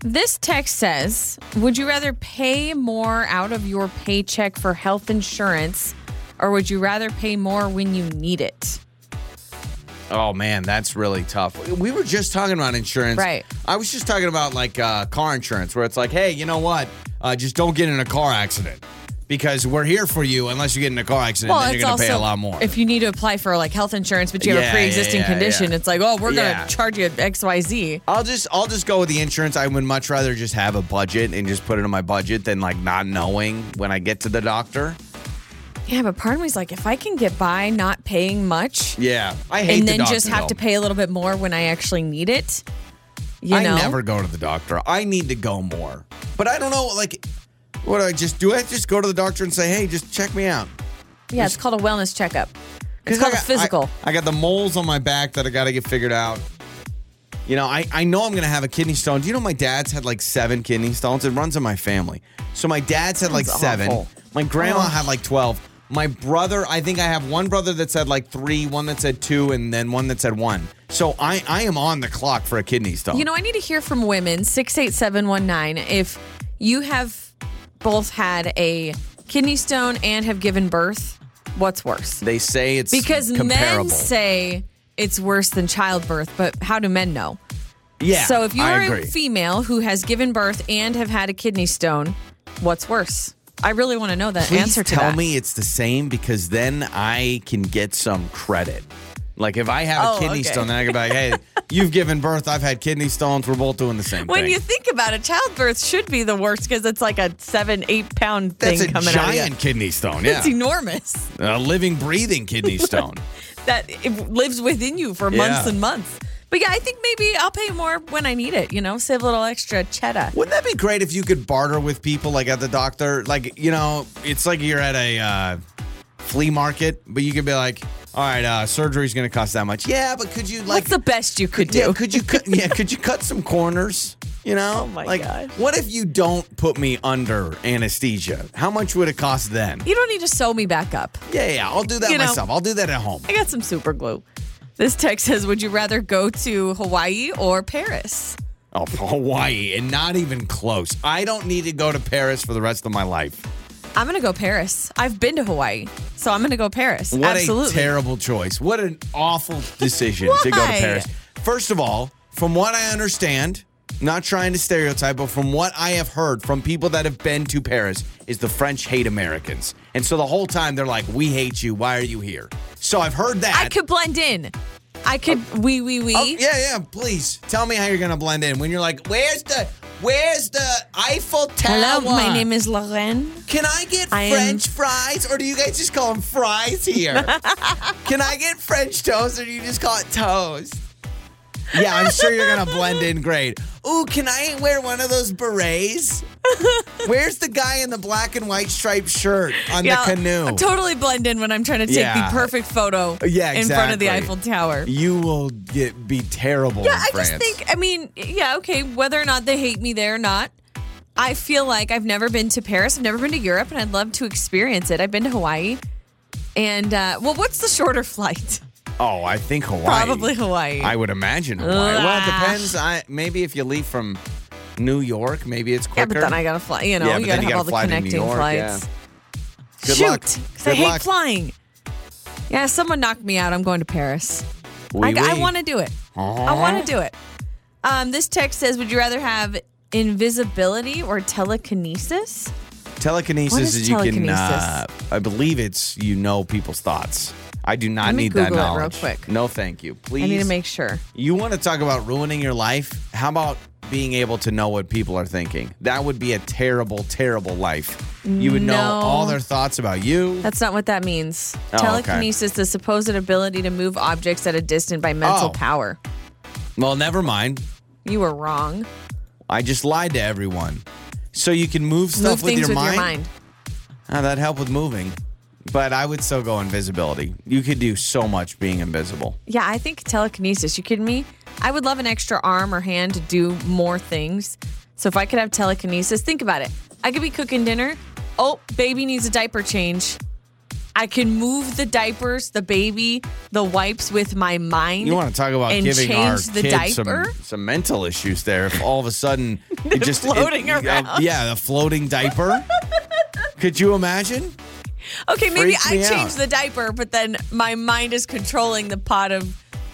S3: This text says, "Would you rather pay more out of your paycheck for health insurance, or would you rather pay more when you need it?"
S2: Oh, man, that's really tough. We were just talking about insurance.
S3: Right.
S2: I was just talking about like uh, car insurance, where it's like, hey, you know what? Uh, just don't get in a car accident because we're here for you unless you get in a car accident. then you're going to pay a lot more.
S3: If you need to apply for like health insurance, but you have
S2: Yeah,
S3: a
S2: yeah,
S3: pre-existing
S2: yeah,
S3: condition,
S2: yeah.
S3: it's like, oh, we're
S2: Yeah.
S3: gonna charge you X Y Z.
S2: I'll just I'll just go with the insurance. I would much rather just have a budget and just put it in my budget than like not knowing when I get to the doctor.
S3: Yeah, but part of me's like, if I can get by not paying much,
S2: Yeah, I hate
S3: and
S2: the
S3: then
S2: doctor,
S3: just have to
S2: though.
S3: pay a little bit more when I actually need it, you
S2: I
S3: know.
S2: never go to the doctor. I need to go more, but I don't know. Like, what do I just do? I just go to the doctor and say, "Hey, just check me out."
S3: yeah, it's called a wellness checkup.
S2: 'Cause
S3: It's called
S2: I
S3: a
S2: got-
S3: physical.
S2: I, I got the moles on my back that I got to get figured out. You know, I, I know I'm going to have a kidney stone. Do you know my dad's had like seven kidney stones? It runs in my family. So my dad's had like
S3: Sounds
S2: seven.
S3: awful.
S2: My grandma had like 12. My brother, I think I have one brother that said like three, one that said two, and then one that said one. So I, I am on the clock for a kidney stone.
S3: You know, I need to hear from women six eight seven one nine if you have both had a kidney stone and have given birth. What's worse?
S2: they say it's
S3: Because
S2: comparable.
S3: men say it's worse than childbirth, but how do men know?
S2: yeah,
S3: So if you
S2: I
S3: are a
S2: agree.
S3: female who has given birth and have had a kidney stone, what's worse? I really want to know that
S2: Please
S3: answer to
S2: tell
S3: that.
S2: me it's the same because then I can get some credit. Like if I have a
S3: Oh,
S2: kidney
S3: okay.
S2: stone, then I can be like, "Hey, you've given birth. I've had kidney stones. We're both doing the same
S3: when
S2: thing."
S3: you think about it, childbirth should be the worst because it's like a seven, eight pound thing
S2: That's a
S3: coming out. Of
S2: giant
S3: you.
S2: kidney stone. Yeah,
S3: It's enormous
S2: a living, breathing kidney stone.
S3: that it lives within you for months
S2: Yeah.
S3: and months. But yeah, I think maybe I'll pay more when I need it. You know, save a little extra cheddar.
S2: Wouldn't that be great if you could barter with people like at the doctor? Like, you know, it's like you're at a uh, flea market, but you could be like, all right, uh, surgery's going to cost that much. Yeah, but could you like
S3: What's the best you could do?
S2: Yeah, could you cut yeah, could you cut some corners? You know?
S3: Oh my
S2: like,
S3: gosh.
S2: What if you don't put me under anesthesia? How much would it cost then?
S3: you don't need to sew me back up.
S2: Yeah, yeah, I'll do that
S3: You know-
S2: myself. I'll do that at home.
S3: I got some super glue. This text says, "Would you rather go to Hawaii or Paris?"
S2: of Oh, Hawaii and not even close. I don't need to go to Paris for the rest of my life.
S3: I'm gonna go Paris. I've been to Hawaii, so I'm gonna go Paris.
S2: What
S3: Absolutely.
S2: a terrible choice. What an awful decision to go to
S3: Why?
S2: Paris. First of all, from what I understand, not trying to stereotype, but from what I have heard from people that have been to Paris, is the French hate Americans. And so the whole time they're like, we hate you. Why are you here? So I've heard that.
S3: I could blend in. I could wee wee wee.
S2: Oh, yeah, yeah. Please tell me how you're gonna blend in when you're like, "Where's the, where's the Eiffel Tower?"
S3: Hello, my name is Lorraine.
S2: Can I get
S3: I am-
S2: French fries, or do you guys just call them fries here? Can I get French toast, or do you just call it toast? Yeah, I'm sure you're gonna blend in great. Ooh, can I wear one of those berets? Where's the guy in the black and white striped shirt on
S3: Yeah,
S2: the canoe?
S3: I totally blend in when I'm trying to take
S2: Yeah.
S3: the perfect photo
S2: Yeah,
S3: in front of the
S2: exactly.
S3: Eiffel Tower.
S2: you will get be terrible.
S3: Yeah,
S2: in
S3: I
S2: France.
S3: just think, I mean, yeah, okay, whether or not they hate me there or not, I feel like I've never been to Paris, I've never been to Europe, and I'd love to experience it. I've been to Hawaii. And, uh, well, what's the shorter flight?
S2: Oh, I think Hawaii.
S3: Probably Hawaii.
S2: I would imagine Hawaii. Well, it
S3: Ah.
S2: depends. I, maybe if you leave from New York, maybe it's
S3: yeah,
S2: quicker.
S3: but then I gotta fly, you know,
S2: Yeah, but
S3: you gotta
S2: then
S3: have
S2: you gotta
S3: all the
S2: fly to New
S3: connecting
S2: York,
S3: flights.
S2: Good
S3: Shoot,
S2: luck.
S3: 'cause I
S2: Good
S3: hate
S2: luck.
S3: flying. Yeah, someone knocked me out. I'm going to Paris.
S2: Oui,
S3: I,
S2: oui.
S3: want to do it. I want to do it. Um, this text says, "Would you rather have invisibility or telekinesis?"
S2: telekinesis
S3: What
S2: is,
S3: is
S2: you can.
S3: telekinesis?
S2: Uh, I believe it's you know people's thoughts. I do not
S3: Let me
S2: need that
S3: Google it real
S2: knowledge.
S3: quick.
S2: No, thank you. Please.
S3: I need to make sure.
S2: You want to talk about ruining your life? How about being able to know what people are thinking? That would be a terrible, terrible life. You would know
S3: No.
S2: all their thoughts about you.
S3: That's not what that means.
S2: Oh, okay.
S3: telekinesis, the supposed ability to move objects at a distance by mental
S2: Oh.
S3: power.
S2: well, never mind.
S3: You were wrong.
S2: I just lied to everyone. So you can move
S3: Move
S2: stuff with,
S3: things
S2: your,
S3: with
S2: mind.
S3: your mind.
S2: Ah, that'd help with moving. But I would still go invisibility. You could do so much being invisible.
S3: Yeah, I think telekinesis. You kidding me? I would love an extra arm or hand to do more things. So if I could have telekinesis, think about it. I could be cooking dinner. Oh, baby needs a diaper change. I can move the diapers, the baby, the wipes with my mind.
S2: You want to talk about
S3: and
S2: giving our
S3: change the
S2: kids some,
S3: diaper?
S2: some mental issues there. If all of a sudden it just it-
S3: floating
S2: uh,
S3: around.
S2: yeah, the floating diaper. could you imagine?
S3: Okay, maybe
S2: freaks
S3: I
S2: me
S3: change
S2: out.
S3: the diaper, but then my mind is controlling the pot of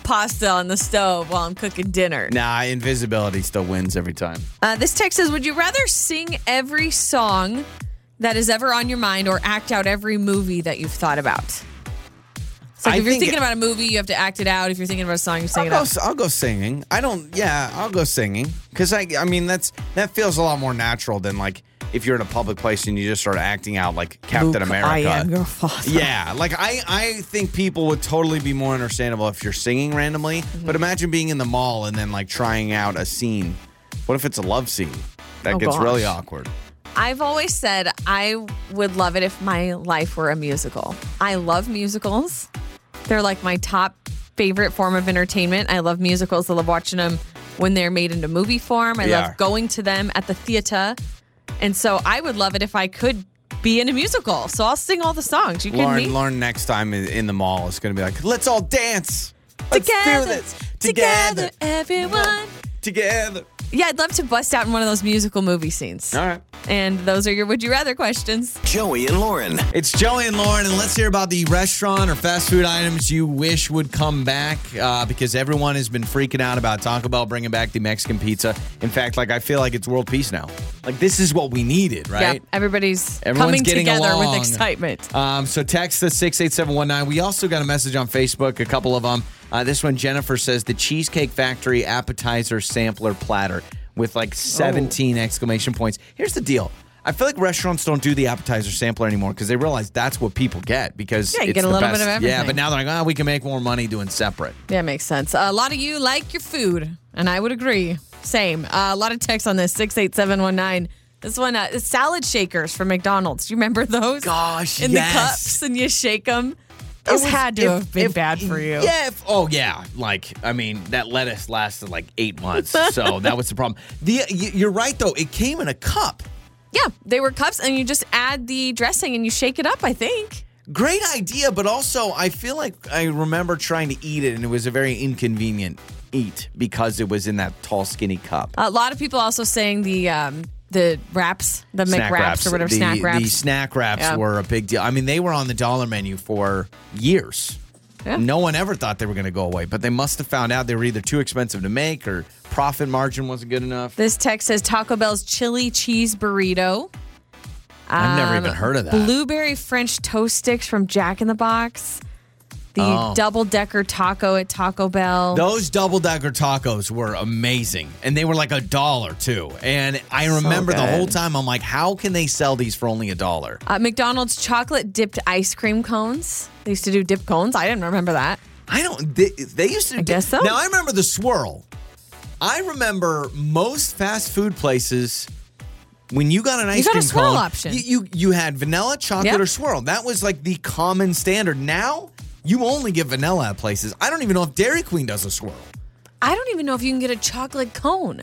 S3: pasta on the stove while I'm cooking dinner.
S2: Nah, invisibility still wins every time.
S3: Uh, this text says, "Would you rather sing every song that is ever on your mind, or act out every movie that you've thought about?" So
S2: I
S3: if you're
S2: think-
S3: thinking about a movie, you have to act it out. If you're thinking about a song, you sing
S2: I'll
S3: it
S2: go,
S3: out.
S2: I'll go singing. I don't. Yeah, I'll go singing because I. I mean, that's that feels a lot more natural than like if you're in a public place and you just start acting out like Captain America.
S3: your father.
S2: Yeah, like I, I think people would totally be more understandable if you're singing randomly.
S3: Mm-hmm.
S2: But imagine being in the mall and then like trying out a scene. What if it's a love scene? That
S3: Oh,
S2: gets
S3: gosh.
S2: really awkward.
S3: I've always said I would love it if my life were a musical. I love musicals. They're like my top favorite form of entertainment. I love musicals. I love watching them when they're made into movie form. I
S2: Yeah.
S3: love going to them at the theater. And so I would love it if I could be in a musical. So I'll sing all the songs. You kidding
S2: Lauren,
S3: me?
S2: Lauren, next time in- in the mall is going to be like, let's all dance. Let's
S3: together,
S2: do this.
S3: together,
S2: Together.
S3: everyone.
S2: Together.
S3: Yeah, I'd love to bust out in one of those musical movie scenes.
S2: All right.
S3: And those are your would you rather questions.
S4: Joey and Lauren.
S2: It's Joey and Lauren, and let's hear about the restaurant or fast food items you wish would come back uh, because everyone has been freaking out about Taco Bell bringing back the Mexican pizza. In fact, like I feel like it's world peace now. Like this is what we needed, right?
S3: Yeah, everybody's
S2: Everyone's
S3: coming
S2: getting
S3: together
S2: along.
S3: with excitement.
S2: Um, so text the 68719. We also got a message on Facebook, a couple of them. Uh, this one, Jennifer says the Cheesecake Factory appetizer sampler platter with like
S3: Oh.
S2: 17 exclamation points. Here's the deal. I feel like restaurants don't do the appetizer sampler anymore because they realize that's what people get because
S3: Yeah, you
S2: it's
S3: get a
S2: the
S3: little
S2: best.
S3: bit of
S2: Yeah,
S3: everything.
S2: but now they're like, oh, we can make more money doing separate.
S3: Yeah, makes sense. Uh, a lot of you like your food, and I would agree. Same. Uh, a lot of texts on this six eight seven one nine. This one, uh, is salad shakers from McDonald's. Do you remember those?
S2: Gosh,
S3: in
S2: yes.
S3: the cups, and you shake them. This
S2: was-
S3: had to
S2: if-
S3: have been
S2: if-
S3: bad for you.
S2: Yeah. If, oh yeah. Like I mean, that lettuce lasted like eight months, so that was the problem. The y- you're right though. It came in a cup.
S3: Yeah, they were cups, and you just add the dressing and you shake it up. I think.
S2: Great idea, but also I feel like I remember trying to eat it and it was a very inconvenient eat because it was in that tall, skinny cup.
S3: A lot of people also saying the um, the wraps, the McWraps or whatever
S2: the,
S3: snack
S2: The
S3: wraps.
S2: snack wraps
S3: Yeah.
S2: were a big deal. I mean, they were on the dollar menu for years.
S3: Yeah.
S2: No one ever thought they were going to go away, but they must have found out they were either too expensive to make or profit margin wasn't good enough.
S3: this text says Taco Bell's chili cheese burrito.
S2: I've never
S3: Um,
S2: even heard of that.
S3: Blueberry French toast sticks from Jack in the Box. The
S2: Oh.
S3: double decker taco at Taco Bell.
S2: Those double decker tacos were amazing, and they were like a dollar too. And I remember the whole
S3: good.
S2: time I'm like, how can they sell these for only a dollar?
S3: Uh, McDonald's chocolate dipped ice cream cones. They used to do dip cones. I didn't remember that.
S2: I don't. They, they used to.
S3: I guess so.
S2: Now I remember the swirl. I remember most fast food places. When you got an ice
S3: got a
S2: cream
S3: swirl
S2: cone,
S3: option.
S2: You, you you had vanilla, chocolate,
S3: Yep.
S2: or swirl. That was like the common standard. Now you only get vanilla at places. I don't even know if Dairy Queen does a swirl.
S3: I don't even know if you can get a chocolate cone.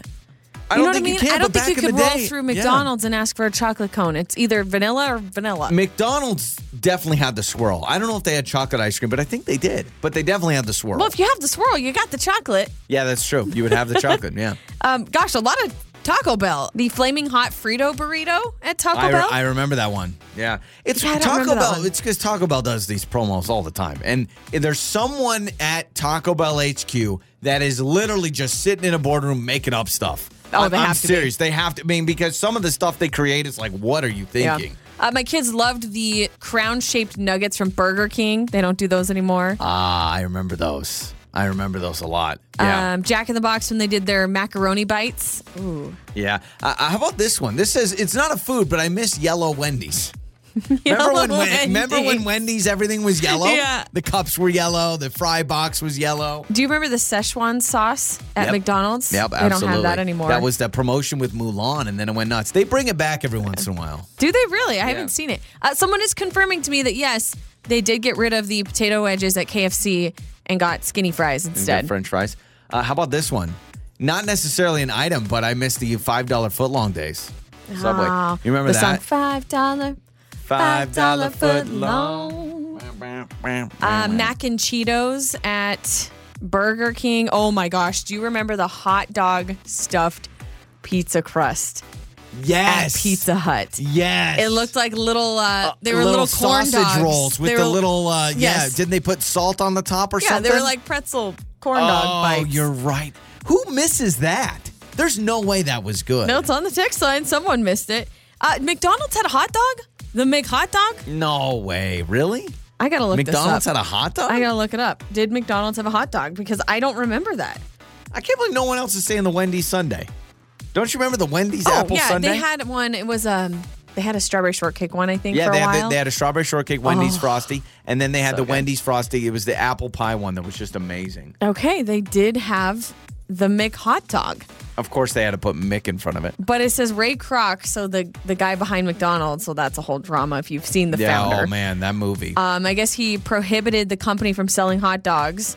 S2: I don't
S3: you know what I
S2: think
S3: mean?
S2: you can.
S3: I don't
S2: but
S3: think you
S2: back in
S3: could
S2: the
S3: roll
S2: day-
S3: through
S2: yeah.
S3: McDonald's and ask for a chocolate cone. It's either vanilla or vanilla.
S2: McDonald's definitely had the swirl. I don't know if they had chocolate ice cream, but I think they did. But they definitely had the swirl.
S3: well, if you have the swirl, you got the chocolate.
S2: yeah, that's true. You would have the chocolate. Yeah.
S3: Um, gosh, a lot of Taco Bell. The flaming hot Frito burrito at Taco
S2: I, re-
S3: Bell.
S2: I remember that one. Yeah. It's
S3: Yeah, I don't
S2: Taco
S3: remember that
S2: Bell.
S3: one.
S2: It's because Taco Bell does these promos all the time. And there's someone at Taco Bell HQ that is literally just sitting in a boardroom making up stuff.
S3: Oh,
S2: I-
S3: they
S2: I'm
S3: have to be.
S2: serious. They have to. I mean, because some of the stuff they create is like, what are you thinking?
S3: Uh, my kids loved the crown shaped nuggets from Burger King. They don't do those anymore.
S2: Ah, I remember those. I remember those a lot. Yeah.
S3: Um, Jack in the Box when they did their macaroni bites. Ooh.
S2: Yeah. Uh, uh, how about this one? This says it's not a food, but I miss yellow Wendy's. remember when
S3: Yellow
S2: Wen- remember when
S3: Wendy's.
S2: Wendy's everything was yellow?
S3: Yeah.
S2: The cups were yellow. The fry box was yellow.
S3: Do you remember the Szechuan sauce at
S2: Yep.
S3: McDonald's?
S2: Yep,
S3: they
S2: absolutely.
S3: don't have that anymore.
S2: That was the promotion with Mulan, and then it went nuts. They bring it back every once in a while.
S3: Do they really? I haven't seen it. Uh, someone is confirming to me that yes, they did get rid of the potato wedges at KFC and got skinny fries instead.
S2: French fries. Uh, how about this one? Not necessarily an item, but I miss the five dollar footlong days. Subway.
S3: Oh,
S2: you remember
S3: the
S2: that?
S3: song five dollar
S2: Five dollar
S3: $5
S2: foot long.
S3: uh, mac and Cheetos at Burger King. Oh my gosh, do you remember the hot dog stuffed pizza crust
S2: yes.
S3: at Pizza Hut?
S2: Yes.
S3: It looked like little. Uh, they were little, corn
S2: sausage
S3: dogs.
S2: rolls with
S3: They
S2: the
S3: were-
S2: little. Uh, Yeah,
S3: Yes.
S2: didn't they put salt on the top or
S3: Yeah,
S2: something?
S3: they were like pretzel corn
S2: oh,
S3: dog bites.
S2: you're right. Who misses that? There's no way that was good.
S3: No, it's on the text line. Someone missed it. Uh, McDonald's had a hot dog. The McHot dog.
S2: No way. Really?
S3: I gotta look
S2: McDonald's
S3: this up.
S2: had a hot dog.
S3: I gotta look it up. Did McDonald's have a hot dog? Because I don't remember that.
S2: I can't believe no one else is saying the Wendy's Sunday. Don't you remember the Wendy's
S3: oh
S2: apple
S3: yeah,
S2: Sunday?
S3: they had one. It was um, they had a strawberry shortcake one. I think
S2: yeah,
S3: for a
S2: they had,
S3: while. Oh.
S2: the, they had a strawberry shortcake, Wendy's frosty, and then they had the Wendy's frosty. It was the apple pie one that was just amazing.
S3: okay, they did have the McHot dog,
S2: Of course, they had to put Mick in front of it.
S3: but it says Ray Kroc, so the the guy behind McDonald's. So that's a whole drama if you've seen the
S2: yeah,
S3: founder.
S2: oh man, that movie.
S3: Um, I guess he prohibited the company from selling hot dogs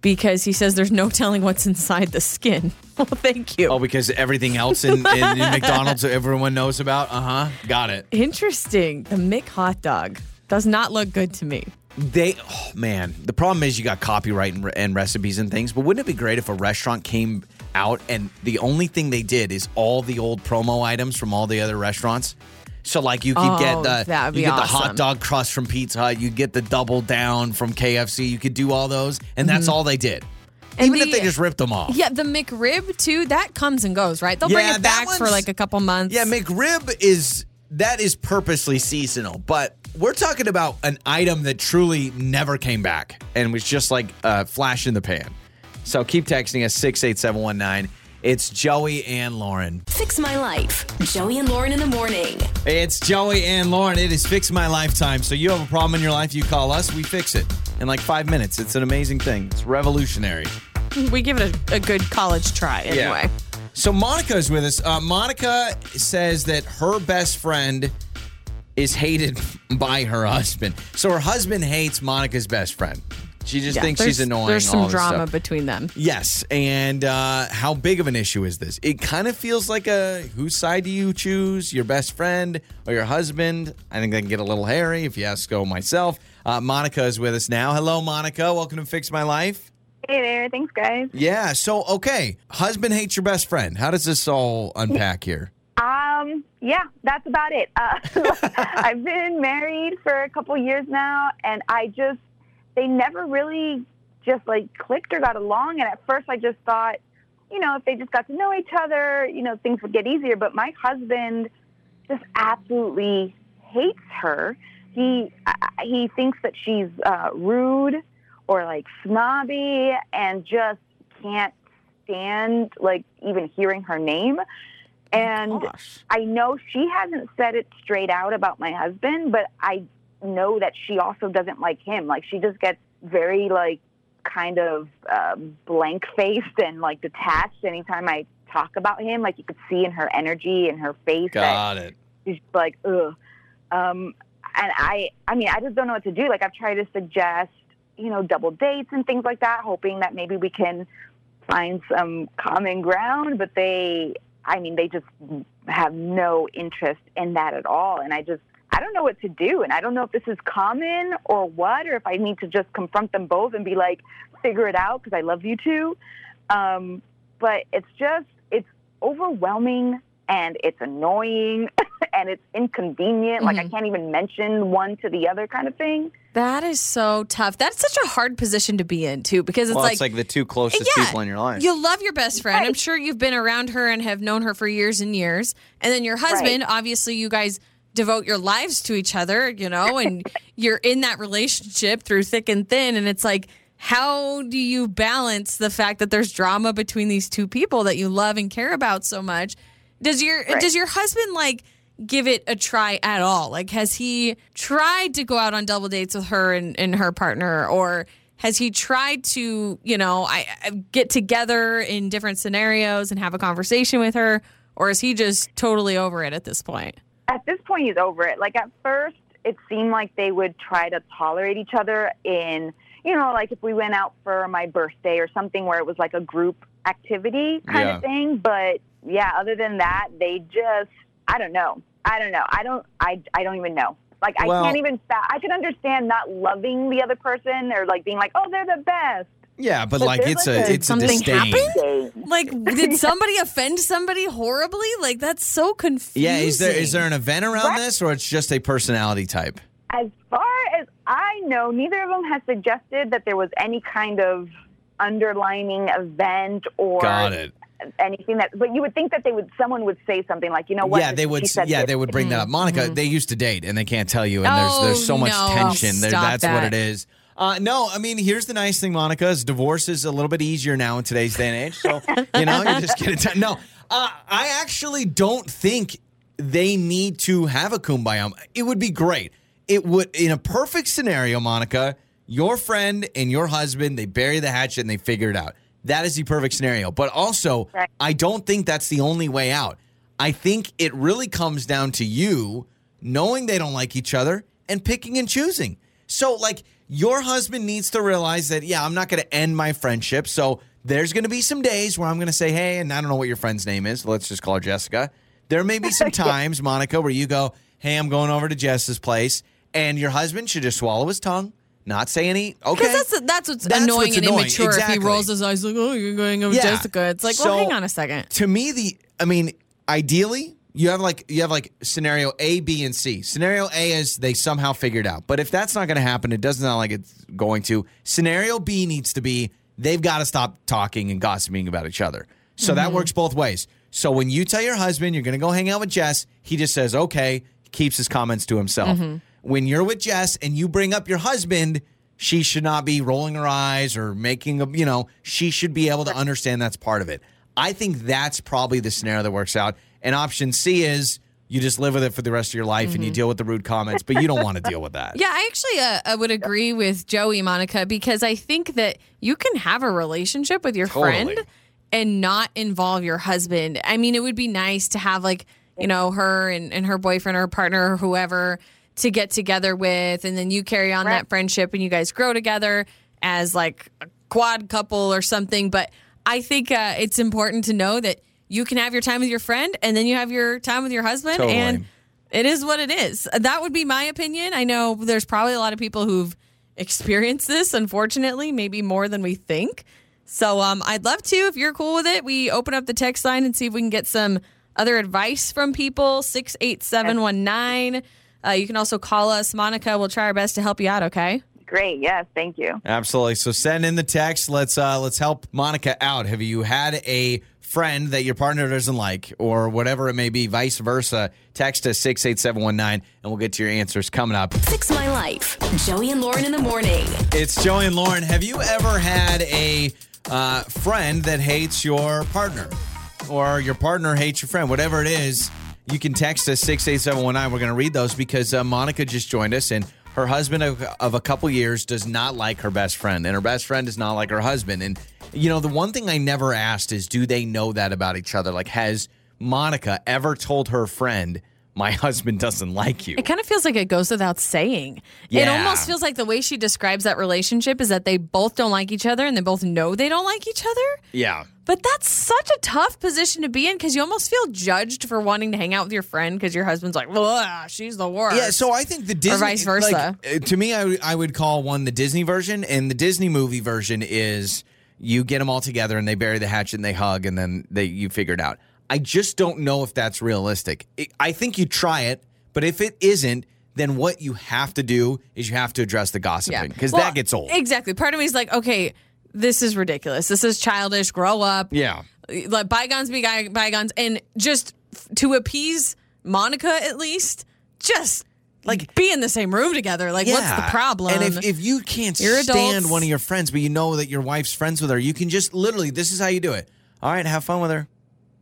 S3: because he says there's no telling what's inside the skin. well, thank you.
S2: Oh, because everything else in, in, in McDonald's that everyone knows about. Uh huh. Got it.
S3: Interesting. The Mick hot dog does not look good to me.
S2: They, oh man, the problem is you got copyright and, and recipes and things. But wouldn't it be great if a restaurant came out and the only thing they did is all the old promo items from all the other restaurants? So like you could get
S3: Oh,
S2: the
S3: that would
S2: you
S3: be
S2: get the hot
S3: awesome.
S2: dog crust from Pizza Hut, you get the double down from KFC, you could do all those, and that's all they did.
S3: Mm-hmm. And
S2: Even if
S3: the-
S2: they just ripped them off.
S3: Yeah, the McRib too. That comes and goes, right? They'll
S2: Yeah,
S3: bring it
S2: that
S3: back for
S2: one's-
S3: like a couple months.
S2: Yeah, McRib is that is purposely seasonal, but we're talking about an item that truly never came back and was just like a flash in the pan. So keep texting us 68719. It's Joey and Lauren.
S1: Fix My Life. Joey and Lauren in the morning.
S2: It's Joey and Lauren. It is Fix My Lifetime. So you have a problem in your life, you call us, we fix it in like five minutes. It's an amazing thing. It's revolutionary.
S3: we give it a, a good college try anyway.
S2: So Monica is with us. Uh, Monica says that her best friend is hated by her husband. So her husband hates Monica's best friend. She just
S3: Yeah,
S2: thinks
S3: there's-
S2: she's annoying.
S3: There's
S2: all
S3: some
S2: this
S3: drama
S2: stuff.
S3: between them.
S2: Yes, and uh, how big of an issue is this? It kind of feels like a whose side do you choose? Your best friend or your husband? I think they can get a little hairy if you ask so myself. Uh, Monica is with us now. Hello, Monica. Welcome to Fix My Life.
S6: Hey there. Thanks, guys.
S2: Yeah. So, okay. Husband hates your best friend. How does this all unpack here?
S6: Um, yeah, that's about it. Uh, I've been married for a couple years now, and I just, they never really just like clicked or got along. And at first, I just thought, you know, if they just got to know each other, you know, things would get easier. But my husband just absolutely hates her. He I- I- he thinks that she's uh, rude or like snobby, and just can't stand like even hearing her name. And
S3: Gosh.
S6: I know she hasn't said it straight out about my husband, but I know that she also doesn't like him. Like she just gets very like kind of uh, blank faced and like detached anytime I talk about him. Like you could see in her energy and her face that
S2: it.
S6: she's like ugh. Um, and I, I mean, I just don't know what to do. Like I've tried to suggest, you know, double dates and things like that, hoping that maybe we can find some common ground. But they, I mean, they just have no interest in that at all. And I just, I don't know what to do. And I don't know if this is common or what, or if I need to just confront them both and be like, figure it out because I love you too. Um, but it's just, it's overwhelming and it's annoying and it's inconvenient. Like I can't even mention one to the other kind of thing.
S3: That is so tough. That's such a hard position to be in too, because it's
S2: Well,
S3: like
S2: it's like the two closest
S3: yeah,
S2: people in your life.
S3: You love your best friend. I'm sure you've been around her and have known her for years and years. And then your husband, obviously, you guys devote your lives to each other, you know, and you're in that relationship through thick and thin. And it's like, how do you balance the fact that there's drama between these two people that you love and care about so much? Does your does your husband like give it a try at all? Like has he tried to go out on double dates with her and, and her partner or has he tried to, you know, I, I get together in different scenarios and have a conversation with her or is he just totally over it at this point?
S6: At this point, he's over it. Like at first, it seemed like they would try to tolerate each other in, you know, like if we went out for my birthday or something where it was like a group activity kind
S2: Yeah.
S6: of thing. But yeah, other than that, they just, I don't know. I don't know. I don't, I, I don't even know. Like I
S2: Well-
S6: can't even, fa- I can understand not loving the other person or like being like, oh, they're the best.
S2: yeah, but,
S6: But
S2: like
S6: there's
S2: it's
S6: like
S2: a
S6: a-
S2: it's a
S3: Something
S2: disdain.
S3: happened?
S6: They-
S3: Like did somebody offend somebody horribly? Like that's so confusing.
S2: Yeah, is there is there an event around
S6: Right.
S2: this or it's just a personality type?
S6: As far as I know, neither of them has suggested that there was any kind of underlining event or
S2: Got it.
S6: anything that. But you would think that they would, someone would say something like, you know what?
S2: yeah,
S6: this-
S2: they
S6: she
S2: would
S6: said
S2: yeah,
S6: this.
S2: they would bring that up. Monica, they used to date and they can't tell you and there's there's so
S3: Oh,
S2: much
S3: no.
S2: tension. There,
S3: Stop
S2: that's what it
S3: that.
S2: is. Uh, no, I mean, here's the nice thing, Monica, is divorce is a little bit easier now in today's day and age. So, you know, you just get it done. No, uh, I actually don't think they need to have a kumbaya. It would be great. It would, in a perfect scenario, Monica, your friend and your husband, they bury the hatchet and they figure it out. That is the perfect scenario. But also,
S6: Right.
S2: I don't think that's the only way out. I think it really comes down to you knowing they don't like each other and picking and choosing. So, like, your husband needs to realize that, yeah, I'm not going to end my friendship. So, there's going to be some days where I'm going to say, hey, and I don't know what your friend's name is. Let's just call her Jessica. There may be some times, Monica, where you go, hey, I'm going over to Jess's place. And your husband should just swallow his tongue, not say any, okay.
S3: Because that's that's what's
S2: That's
S3: annoying
S2: what's
S3: and
S2: annoying.
S3: immature. If
S2: Exactly.
S3: he rolls his eyes like, "Oh, you're going over
S2: Yeah.
S3: Jessica," it's like,
S2: So-
S3: "Well, hang on a second.
S2: to me the i mean ideally you have like you have like scenario a b and c scenario a is they somehow figured out but if that's not going to happen it doesn't sound like it's going to scenario b needs to be they've got to stop talking and gossiping about each other so that works both ways so when you tell your husband you're going to go hang out with jess he just says okay keeps his comments to himself when you're with jess and you bring up your husband she should not be rolling her eyes or making a you know she should be able to understand that's part of it i think that's probably the scenario that works out and option c is you just live with it for the rest of your life and you deal with the rude comments but you don't want to deal with that
S3: Yeah, I actually uh, I would agree with Joey, Monica, because I think that you can have a relationship with your
S2: Totally.
S3: friend and not involve your husband. I mean, it would be nice to have like, you know, her and, and her boyfriend or partner or whoever to get together with. And then you carry on that friendship and you guys grow together as like a quad couple or something. But I think uh, it's important to know that you can have your time with your friend and then you have your time with your husband.
S2: Totally.
S3: And it is what it is. That would be my opinion. I know there's probably a lot of people who've experience this, unfortunately, maybe more than we think. So um, I'd love to, if you're cool with it, we open up the text line and see if we can get some other advice from people. 68719. Uh, you can also call us. Monica, we'll try our best to help you out, okay?
S6: Great. Yes. Thank you.
S2: Absolutely. So send in the text. Let's uh let's help Monica out. Have you had a friend that your partner doesn't like or whatever it may be, vice versa? Text us 68719 and we'll get to your answers coming up.
S1: Fix My Life. Joey and Lauren in the morning.
S2: It's Joey and Lauren. Have you ever had a uh, friend that hates your partner or your partner hates your friend? Whatever it is, you can text us 68719. We're going to read those because uh, Monica just joined us and her husband of, of a couple years does not like her best friend and her best friend does not like her husband. And, you know, the one thing I never asked is do they know that about each other? Like, has Monica ever told her friend, my husband doesn't like you?
S3: It kind of feels like it goes without saying. It
S2: Yeah.
S3: almost feels like the way she describes that relationship is that they both don't like each other and they both know they don't like each other.
S2: Yeah.
S3: But that's such a tough position to be in because you almost feel judged for wanting to hang out with your friend because your husband's like, "Ugh, she's the worst.
S2: Yeah, so I think the Disney
S3: vice versa.
S2: like, uh, to me, I would- I would call one the Disney version, and the Disney movie version is you get them all together and they bury the hatchet and they hug and then they you figure it out. I just don't know if that's realistic. I I think you try it, but if it isn't, then what you have to do is you have to address the gossiping because
S3: Well,
S2: that gets old.
S3: Exactly. Part of me is like, okay, this is ridiculous. This is childish. Grow up.
S2: yeah.
S3: Let bygones be guy- bygones. And just f- to appease Monica, at least, just like be in the same room together. Like, what's
S2: Yeah.
S3: the problem?
S2: And if, if you can't
S3: You're
S2: stand
S3: adults.
S2: one of your friends, but you know that your wife's friends with her, you can just literally, this is how you do it. All right, have fun with her.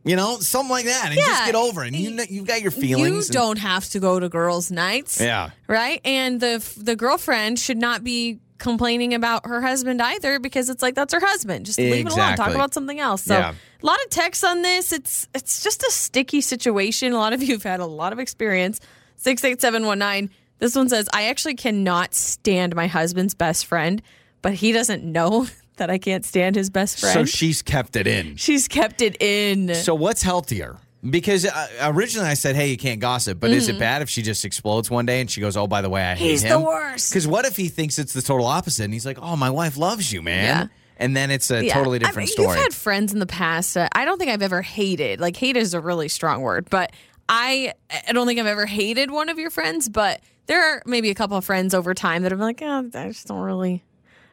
S2: You know, something like that, and just
S3: Yeah.
S2: get over it. And you know, you've got your feelings.
S3: you don't have to go to girls' nights.
S2: Yeah.
S3: right? And the the girlfriend should not be complaining about her husband either because it's like that's her husband. Just leave it alone. Talk
S2: Exactly.
S3: about something else. So
S2: Yeah.
S3: a lot of texts on this. It's it's just a sticky situation. A lot of you have had a lot of experience. Six eight seven one nine. This one says, I actually cannot stand my husband's best friend, but he doesn't know that I can't stand his best
S2: So
S3: friend.
S2: she's kept it in.
S3: She's kept it in.
S2: So what's healthier? Because uh, originally I said, hey, you can't gossip, but is it bad if she just explodes one day and she goes, oh, by the way, I hate
S3: Mm-hmm. He's
S2: him?
S3: the worst.
S2: Because what if he thinks it's the total opposite and he's like, oh, my wife loves you, man? And then it's a
S3: Yeah.
S2: totally
S3: I
S2: different
S3: mean,
S2: story.
S3: You've had friends in the past. Uh, I don't think I've ever hated. Like hate is a really strong word, but I I don't think I've ever hated one of your friends. But there are maybe a couple of friends over time that I'm like, oh, I just don't really,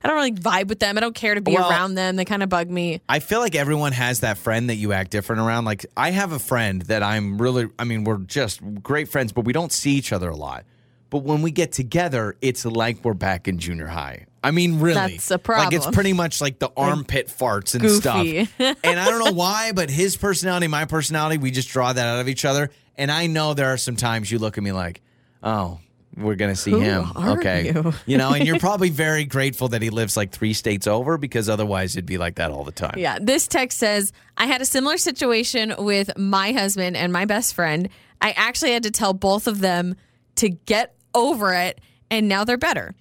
S3: I don't really vibe with them. I don't care to be
S2: Well-
S3: around them. They kind of bug me.
S2: I feel like everyone has that friend that you act different around. Like I have a friend that I'm really I mean, we're just great friends, but we don't see each other a lot. But when we get together, it's like we're back in junior high. I mean, really.
S3: That's a
S2: Like it's
S3: problem.
S2: pretty much like the armpit farts and
S3: goofy.
S2: stuff. and I don't know why, but his personality, my personality, we just draw that out of each other. And I know there are some times you look at me like, oh, we're gonna see
S3: Who
S2: him.
S3: are
S2: okay.
S3: you?
S2: you know, and you're probably very grateful that he lives like three states over because otherwise it'd be like that all the time.
S3: Yeah. This text says I had a similar situation with my husband and my best friend. I actually had to tell both of them to get over it, and now they're better.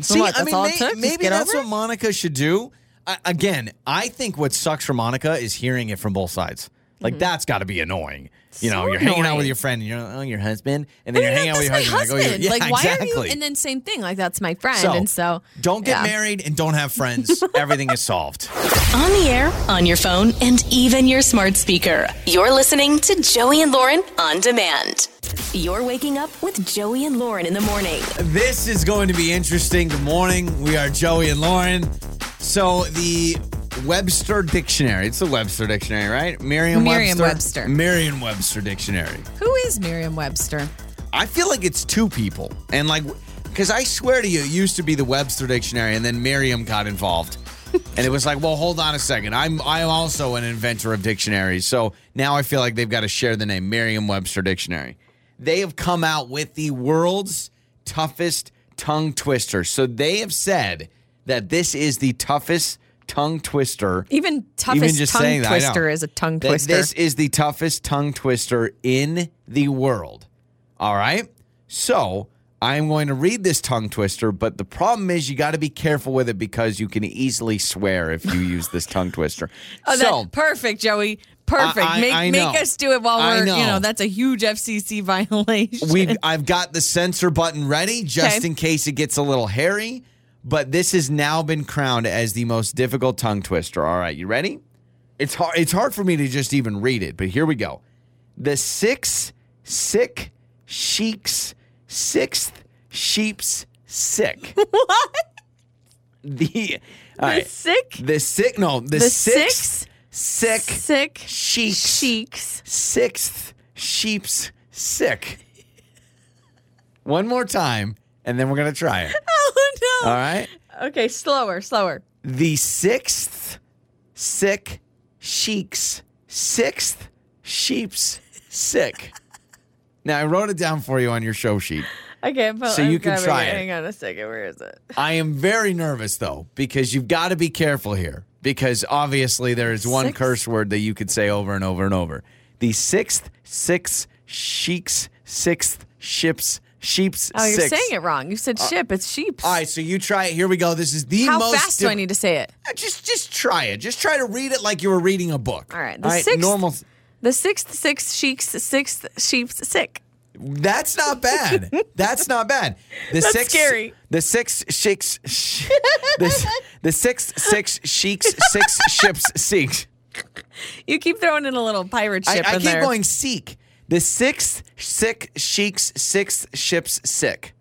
S3: So what, that's all it took? Just
S2: maybe
S3: get
S2: that's
S3: over
S2: what Monica should do. I, again, I think what sucks for Monica is hearing it from both sides. Like that's got to be annoying. You know,
S3: Mm-hmm. So
S2: you're hanging out with
S3: annoying.
S2: your friend, and you're oh your husband, and then you're
S3: You're
S2: hanging
S3: like,
S2: out with your
S3: "That's
S2: husband. Like,
S3: my
S2: oh,
S3: husband.
S2: you're- yeah,
S3: Like, why
S2: exactly.
S3: are you? And then same thing. Like, that's my friend.
S2: so,
S3: and so,
S2: don't get
S3: yeah.
S2: married and don't have friends. Everything is solved.
S1: On the air, on your phone, and even your smart speaker. You're listening to Joey and Lauren on demand. You're waking up with Joey and Lauren in the morning.
S2: This is going to be interesting. Good morning. We are Joey and Lauren. So the Webster Dictionary. It's the Webster Dictionary, right? Merriam-Webster.
S3: Merriam-Webster.
S2: Merriam-Webster Dictionary.
S3: Who is Merriam Webster?
S2: I feel like it's two people. And like, because I swear to you, it used to be the Webster Dictionary, and then Merriam got involved. and it was like, well, hold on a second. I'm I'm also an inventor of dictionaries, so now I feel like they've got to share the name Merriam-Webster Dictionary. They have come out with the world's toughest tongue twister. So they have said that this is the toughest tongue twister
S3: Even toughest tongue
S2: saying that, I know.
S3: twister is a tongue
S2: That
S3: twister.
S2: This is the toughest tongue twister in the world. All right. So I'm going to read this tongue twister, but the problem is you got to be careful with it because you can easily swear if you use this tongue twister.
S3: oh, that,
S2: so
S3: perfect, Joey. Perfect.
S2: I- I-
S3: make
S2: I
S3: make
S2: know.
S3: us do it while
S2: I
S3: we're
S2: know.
S3: you know that's a huge FCC violation.
S2: we I've got the censor button ready just
S3: Okay.
S2: in case it gets a little hairy. but this has now been crowned as the most difficult tongue twister. All right, you ready? It's hard. It's hard for me to just even read it, but here we go. The six sick sheiks, sixth sheep's sick. What? The all right.
S3: Sick,
S2: The sick. No, the,
S3: The
S2: sixth sick
S3: sick
S2: sheep's
S3: cheeks.
S2: sixth sheep's sick. One more time, and then we're gonna try it.
S3: Oh no.
S2: All right.
S3: Okay, slower, slower.
S2: the sixth sick sheik's sixth sheep's sick. now I wrote it down for you on your show sheet.
S3: Okay, but
S2: So
S3: I'm
S2: you can
S3: grabbing
S2: try it.
S3: Hang on a second. Where is it?
S2: I am very nervous though because you've got to be careful here because obviously there is one
S3: Sixth?
S2: curse word that you could say over and over and over. The sixth six sheik's sixth ships sheep's
S3: Oh, you're
S2: six.
S3: saying it wrong. You said ship. It's sheep.
S2: All right, so you try it. Here we go. This is the
S3: How
S2: most
S3: fast do I
S2: diff-
S3: need to say it?
S2: Uh, Just just try it. Just try to read it like you were reading a book.
S3: All right, the sixth-
S2: normal.
S3: The sixth, sixth sheik's sixth sheep's sick.
S2: That's not bad. That's not bad. The
S3: That's
S2: six,
S3: scary.
S2: The six sheiks. Sh- the, s- the six six sheiks six ships seek.
S3: You keep throwing in a little pirate
S2: I,
S3: ship
S2: I
S3: in
S2: keep
S3: there.
S2: going seek. The sixth sick sheiks sixth ships sick.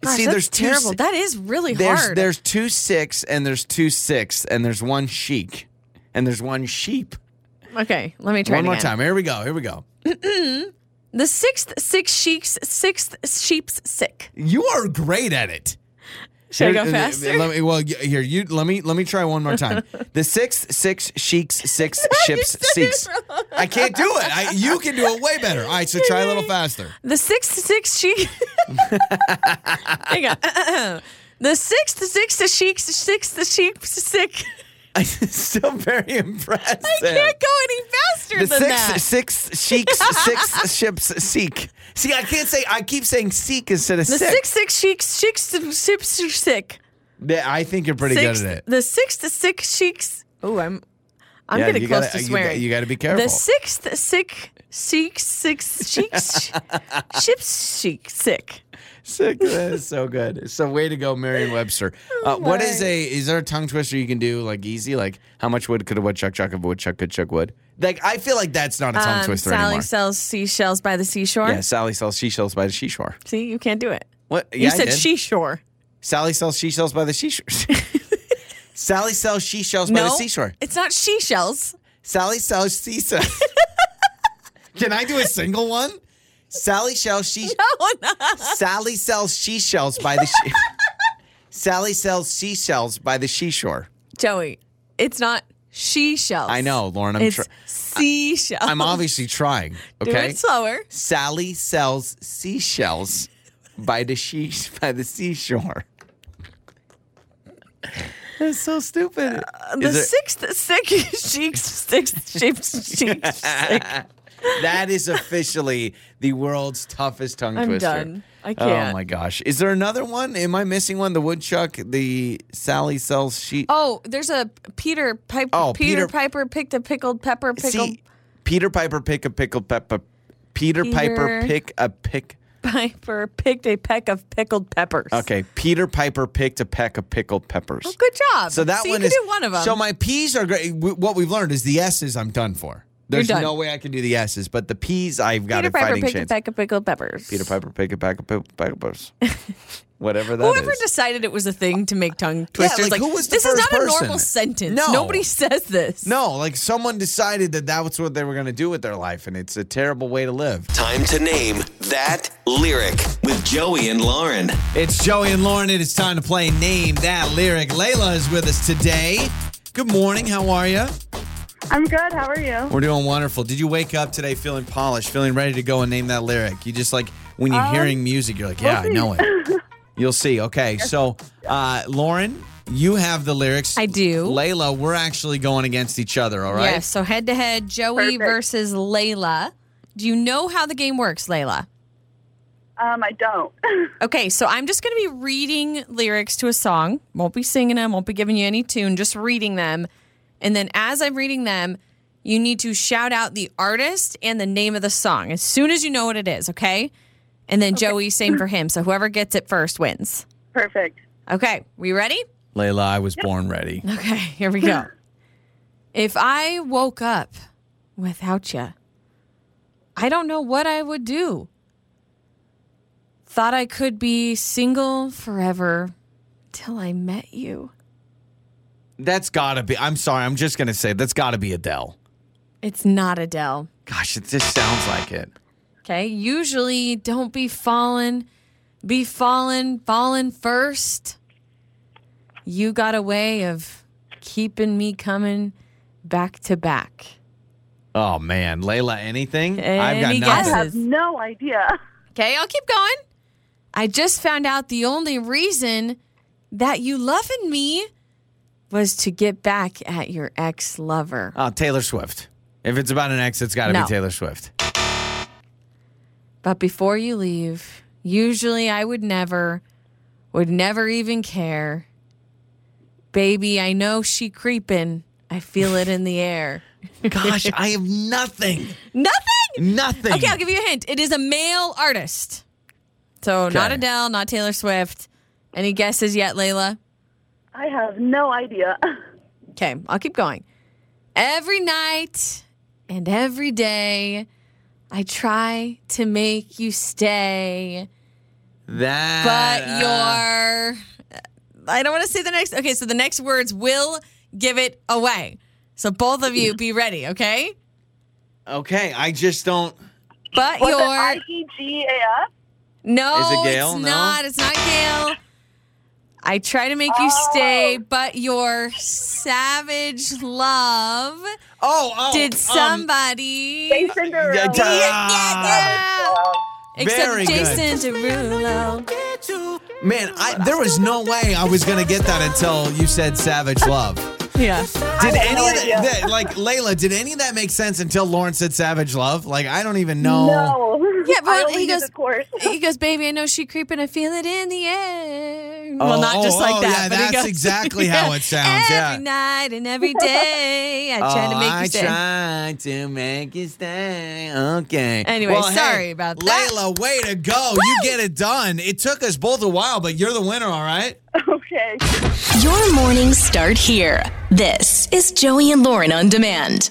S3: Gosh,
S2: See,
S3: that's
S2: there's two
S3: terrible.
S2: si-
S3: that is really
S2: there's
S3: hard.
S2: there's two six and there's two six and there's one sheik and there's one sheep.
S3: okay, let me try
S2: One
S3: it
S2: more
S3: again.
S2: time. Here we go. Here we go.
S3: The sixth, six sheik's sixth sheep's sick.
S2: You are great at it.
S3: Should I
S2: Here-
S3: go
S2: uh,
S3: faster?
S2: Let me, well, y- here you let me let me try one more time. the six six sheiks six ships seeks. I can't do it. I, you can do it way better. All right, so try a little faster.
S3: The sixth six sheik. Hang on. The sixth sixth sheik sixth sheep sick.
S2: I'm still very impressed.
S3: I can't go any faster
S2: the
S3: than
S2: six
S3: that.
S2: six sheiks six ships seek. See, I can't say. I keep saying seek instead of
S3: The
S2: sick.
S3: six six sheik six ships sick.
S2: Yeah, I think you're pretty
S3: Six,
S2: good at it.
S3: the sixth six sheiks. Oh, I'm. I'm
S2: Yeah,
S3: getting
S2: you
S3: close
S2: gotta- uh,
S3: to
S2: you
S3: swearing.
S2: got- you gotta be careful.
S3: The sixth sick seek six sheiks ships sheik sick.
S2: Sick. That is so good. So way to go, Merriam Webster.
S3: Oh
S2: Uh, what is a? Is there a tongue twister you can do like easy? Like how much wood could a woodchuck chuck if a woodchuck could chuck wood? Like I feel like that's not a tongue
S3: Um,
S2: twister
S3: Sally
S2: anymore.
S3: sells seashells by the seashore.
S2: yeah, Sally sells seashells by the seashore.
S3: See, you can't do it.
S2: What?
S3: you
S2: Yeah, I
S3: said
S2: did.
S3: seashore.
S2: Sally sells seashells by the seashore. Sally sells seashells by the seashore.
S3: It's not she shells.
S2: Sally sells seashells. can I do a single one? Sally sells seashells.
S3: Oh, no.
S2: Sally sells seashells by the. She- Sally sells seashells by the seashore.
S3: Joey, it's not she shells.
S2: I know, Lauren. I'm
S3: It's
S2: tr-
S3: seashells.
S2: I'm obviously trying.
S3: Do
S2: Okay.
S3: it slower.
S2: Sally sells seashells by the she- by the seashore. That's so stupid.
S3: Uh, The
S2: Is there-
S3: sixth, sixth, sixth, sixth, sixth, sixth, sixth.
S2: that is officially the world's toughest tongue
S3: I'm
S2: twister.
S3: done. I can't.
S2: Oh my gosh! Is there another one? Am I missing one? The woodchuck, the Sally sells she.
S3: Oh, there's a Peter Piper.
S2: Oh,
S3: Peter,
S2: Peter-
S3: Piper picked a pickled pepper. Pickled
S2: See, Peter Piper pick a pickle pepper. Peter, Piper
S3: Peter-
S2: pick a pick.
S3: Piper picked a peck of pickled peppers.
S2: Okay, Peter Piper picked a peck of pickled peppers.
S3: Good job.
S2: So that
S3: so
S2: one
S3: Oh, you
S2: is
S3: can do one of them.
S2: So my P's are great. W- What we've learned is the S's I'm done for. There's
S3: done.
S2: no way I can do the S's, but the P's I've got
S3: Peter
S2: a
S3: Piper
S2: fighting
S3: picked
S2: chance.
S3: a peck of pickled peppers.
S2: Peter Piper pick a pack of pickle peppers. Whatever that is.
S3: Whoever decided it was a thing to make tongue twisters,
S2: like, who was the
S3: this is
S2: first
S3: not a
S2: person?
S3: normal sentence.
S2: No.
S3: Nobody says this.
S2: no, like someone decided that that was what they were going to do with their life, and it's a terrible way to live.
S4: Time to name that lyric with Joey and Lauren.
S2: It's Joey and Lauren. It is time to play Name That Lyric. Layla is with us today. Good morning. How are you?
S6: I'm good. How are you?
S2: We're doing wonderful. Did you wake up today feeling polished, feeling ready to go and name that lyric? You just like when
S3: Um,
S2: you're hearing music, you're like, yeah, I know it. You'll see. Okay, so uh, Lauren, you have the lyrics.
S3: I do.
S2: Layla, we're actually going against each other. All right.
S3: Yes. So head to head, Joey
S6: Perfect.
S3: versus Layla. Do you know how the game works, Layla?
S6: Um, I don't.
S3: Okay, so I'm just going to be reading lyrics to a song. Won't be singing them, won't be giving you any tune, just reading them. And then as I'm reading them, you need to shout out the artist and the name of the song as soon as you know what it is, okay? And then Joey, same for him. So whoever gets it first wins.
S6: Perfect.
S3: Okay, we ready?
S2: Layla, I was born ready.
S3: Okay, here we go. if I woke up without you, I don't know what I would do. Thought I could be single forever till I met you.
S2: That's gotta be. I'm sorry. I'm just gonna say that's gotta be Adele.
S3: It's not Adele.
S2: Gosh, it just sounds like it.
S3: Okay, usually don't be fallen, be fallen, fallen first. You got a way of keeping me coming back to back.
S2: Oh man, Layla, anything? I've got
S3: Any
S2: nothing.
S3: guesses?
S6: No idea.
S3: Okay, I'll keep going. I just found out the only reason that you loving me was to get back at your ex lover.
S2: Oh, Taylor Swift. If it's about an ex, it's gotta
S3: No.
S2: be Taylor Swift.
S3: But before you leave, usually I would never, would never even care. Baby, I know she creeping. I feel it in the air.
S2: Gosh, I have nothing.
S3: Nothing.
S2: Nothing.
S3: Okay, I'll give you a hint. It is a male artist. So not
S2: Okay.
S3: Adele, not Taylor Swift. Any guesses yet, Layla?
S6: I have no idea.
S3: Okay, I'll keep going. Every night and every day, I try to make you stay,
S2: that.
S3: but
S2: uh,
S3: your. I don't want to say the next. Okay, so the next words will give it away. So both of you be ready, okay?
S2: okay. I just don't.
S3: But
S6: Was
S3: your.
S6: it E I-E-G-A-F?
S3: No,
S2: Is it Gail?
S3: it's
S2: No?
S3: not. It's not Gail. I try to make you stay, but your savage love
S2: Oh, oh
S3: did
S2: um,
S3: somebody.
S6: Cinderella.
S2: yeah, duh. Very
S3: Except
S2: good.
S3: Jason Derulo.
S2: Man, I, there was no way I was gonna get that until you said "Savage Love."
S3: Yeah.
S2: Did any of that, that- like Layla? Did any of that make sense until Lauren said "Savage Love"? Like I don't even know.
S6: No.
S3: Yeah, but
S6: Oh. I only
S3: he
S6: did
S3: goes-
S6: the course.
S3: He goes, baby, I know she creeping. I feel it in the air.
S2: Oh,
S3: well, not just
S2: oh,
S3: like
S2: oh,
S3: that.
S2: yeah,
S3: but he
S2: that's
S3: goes-
S2: exactly how it sounds,
S3: Every
S2: yeah.
S3: night and every day, I try to
S2: Oh,
S3: make
S2: I
S3: you stay.
S2: tried to make you stay. Okay.
S3: Anyway,
S2: Well, hey,
S3: sorry about that.
S2: Layla, way to go. You get it done. It took us both a while, but you're the winner, all right?
S6: Okay.
S1: Your mornings start here. This is Joey and Lauren on demand.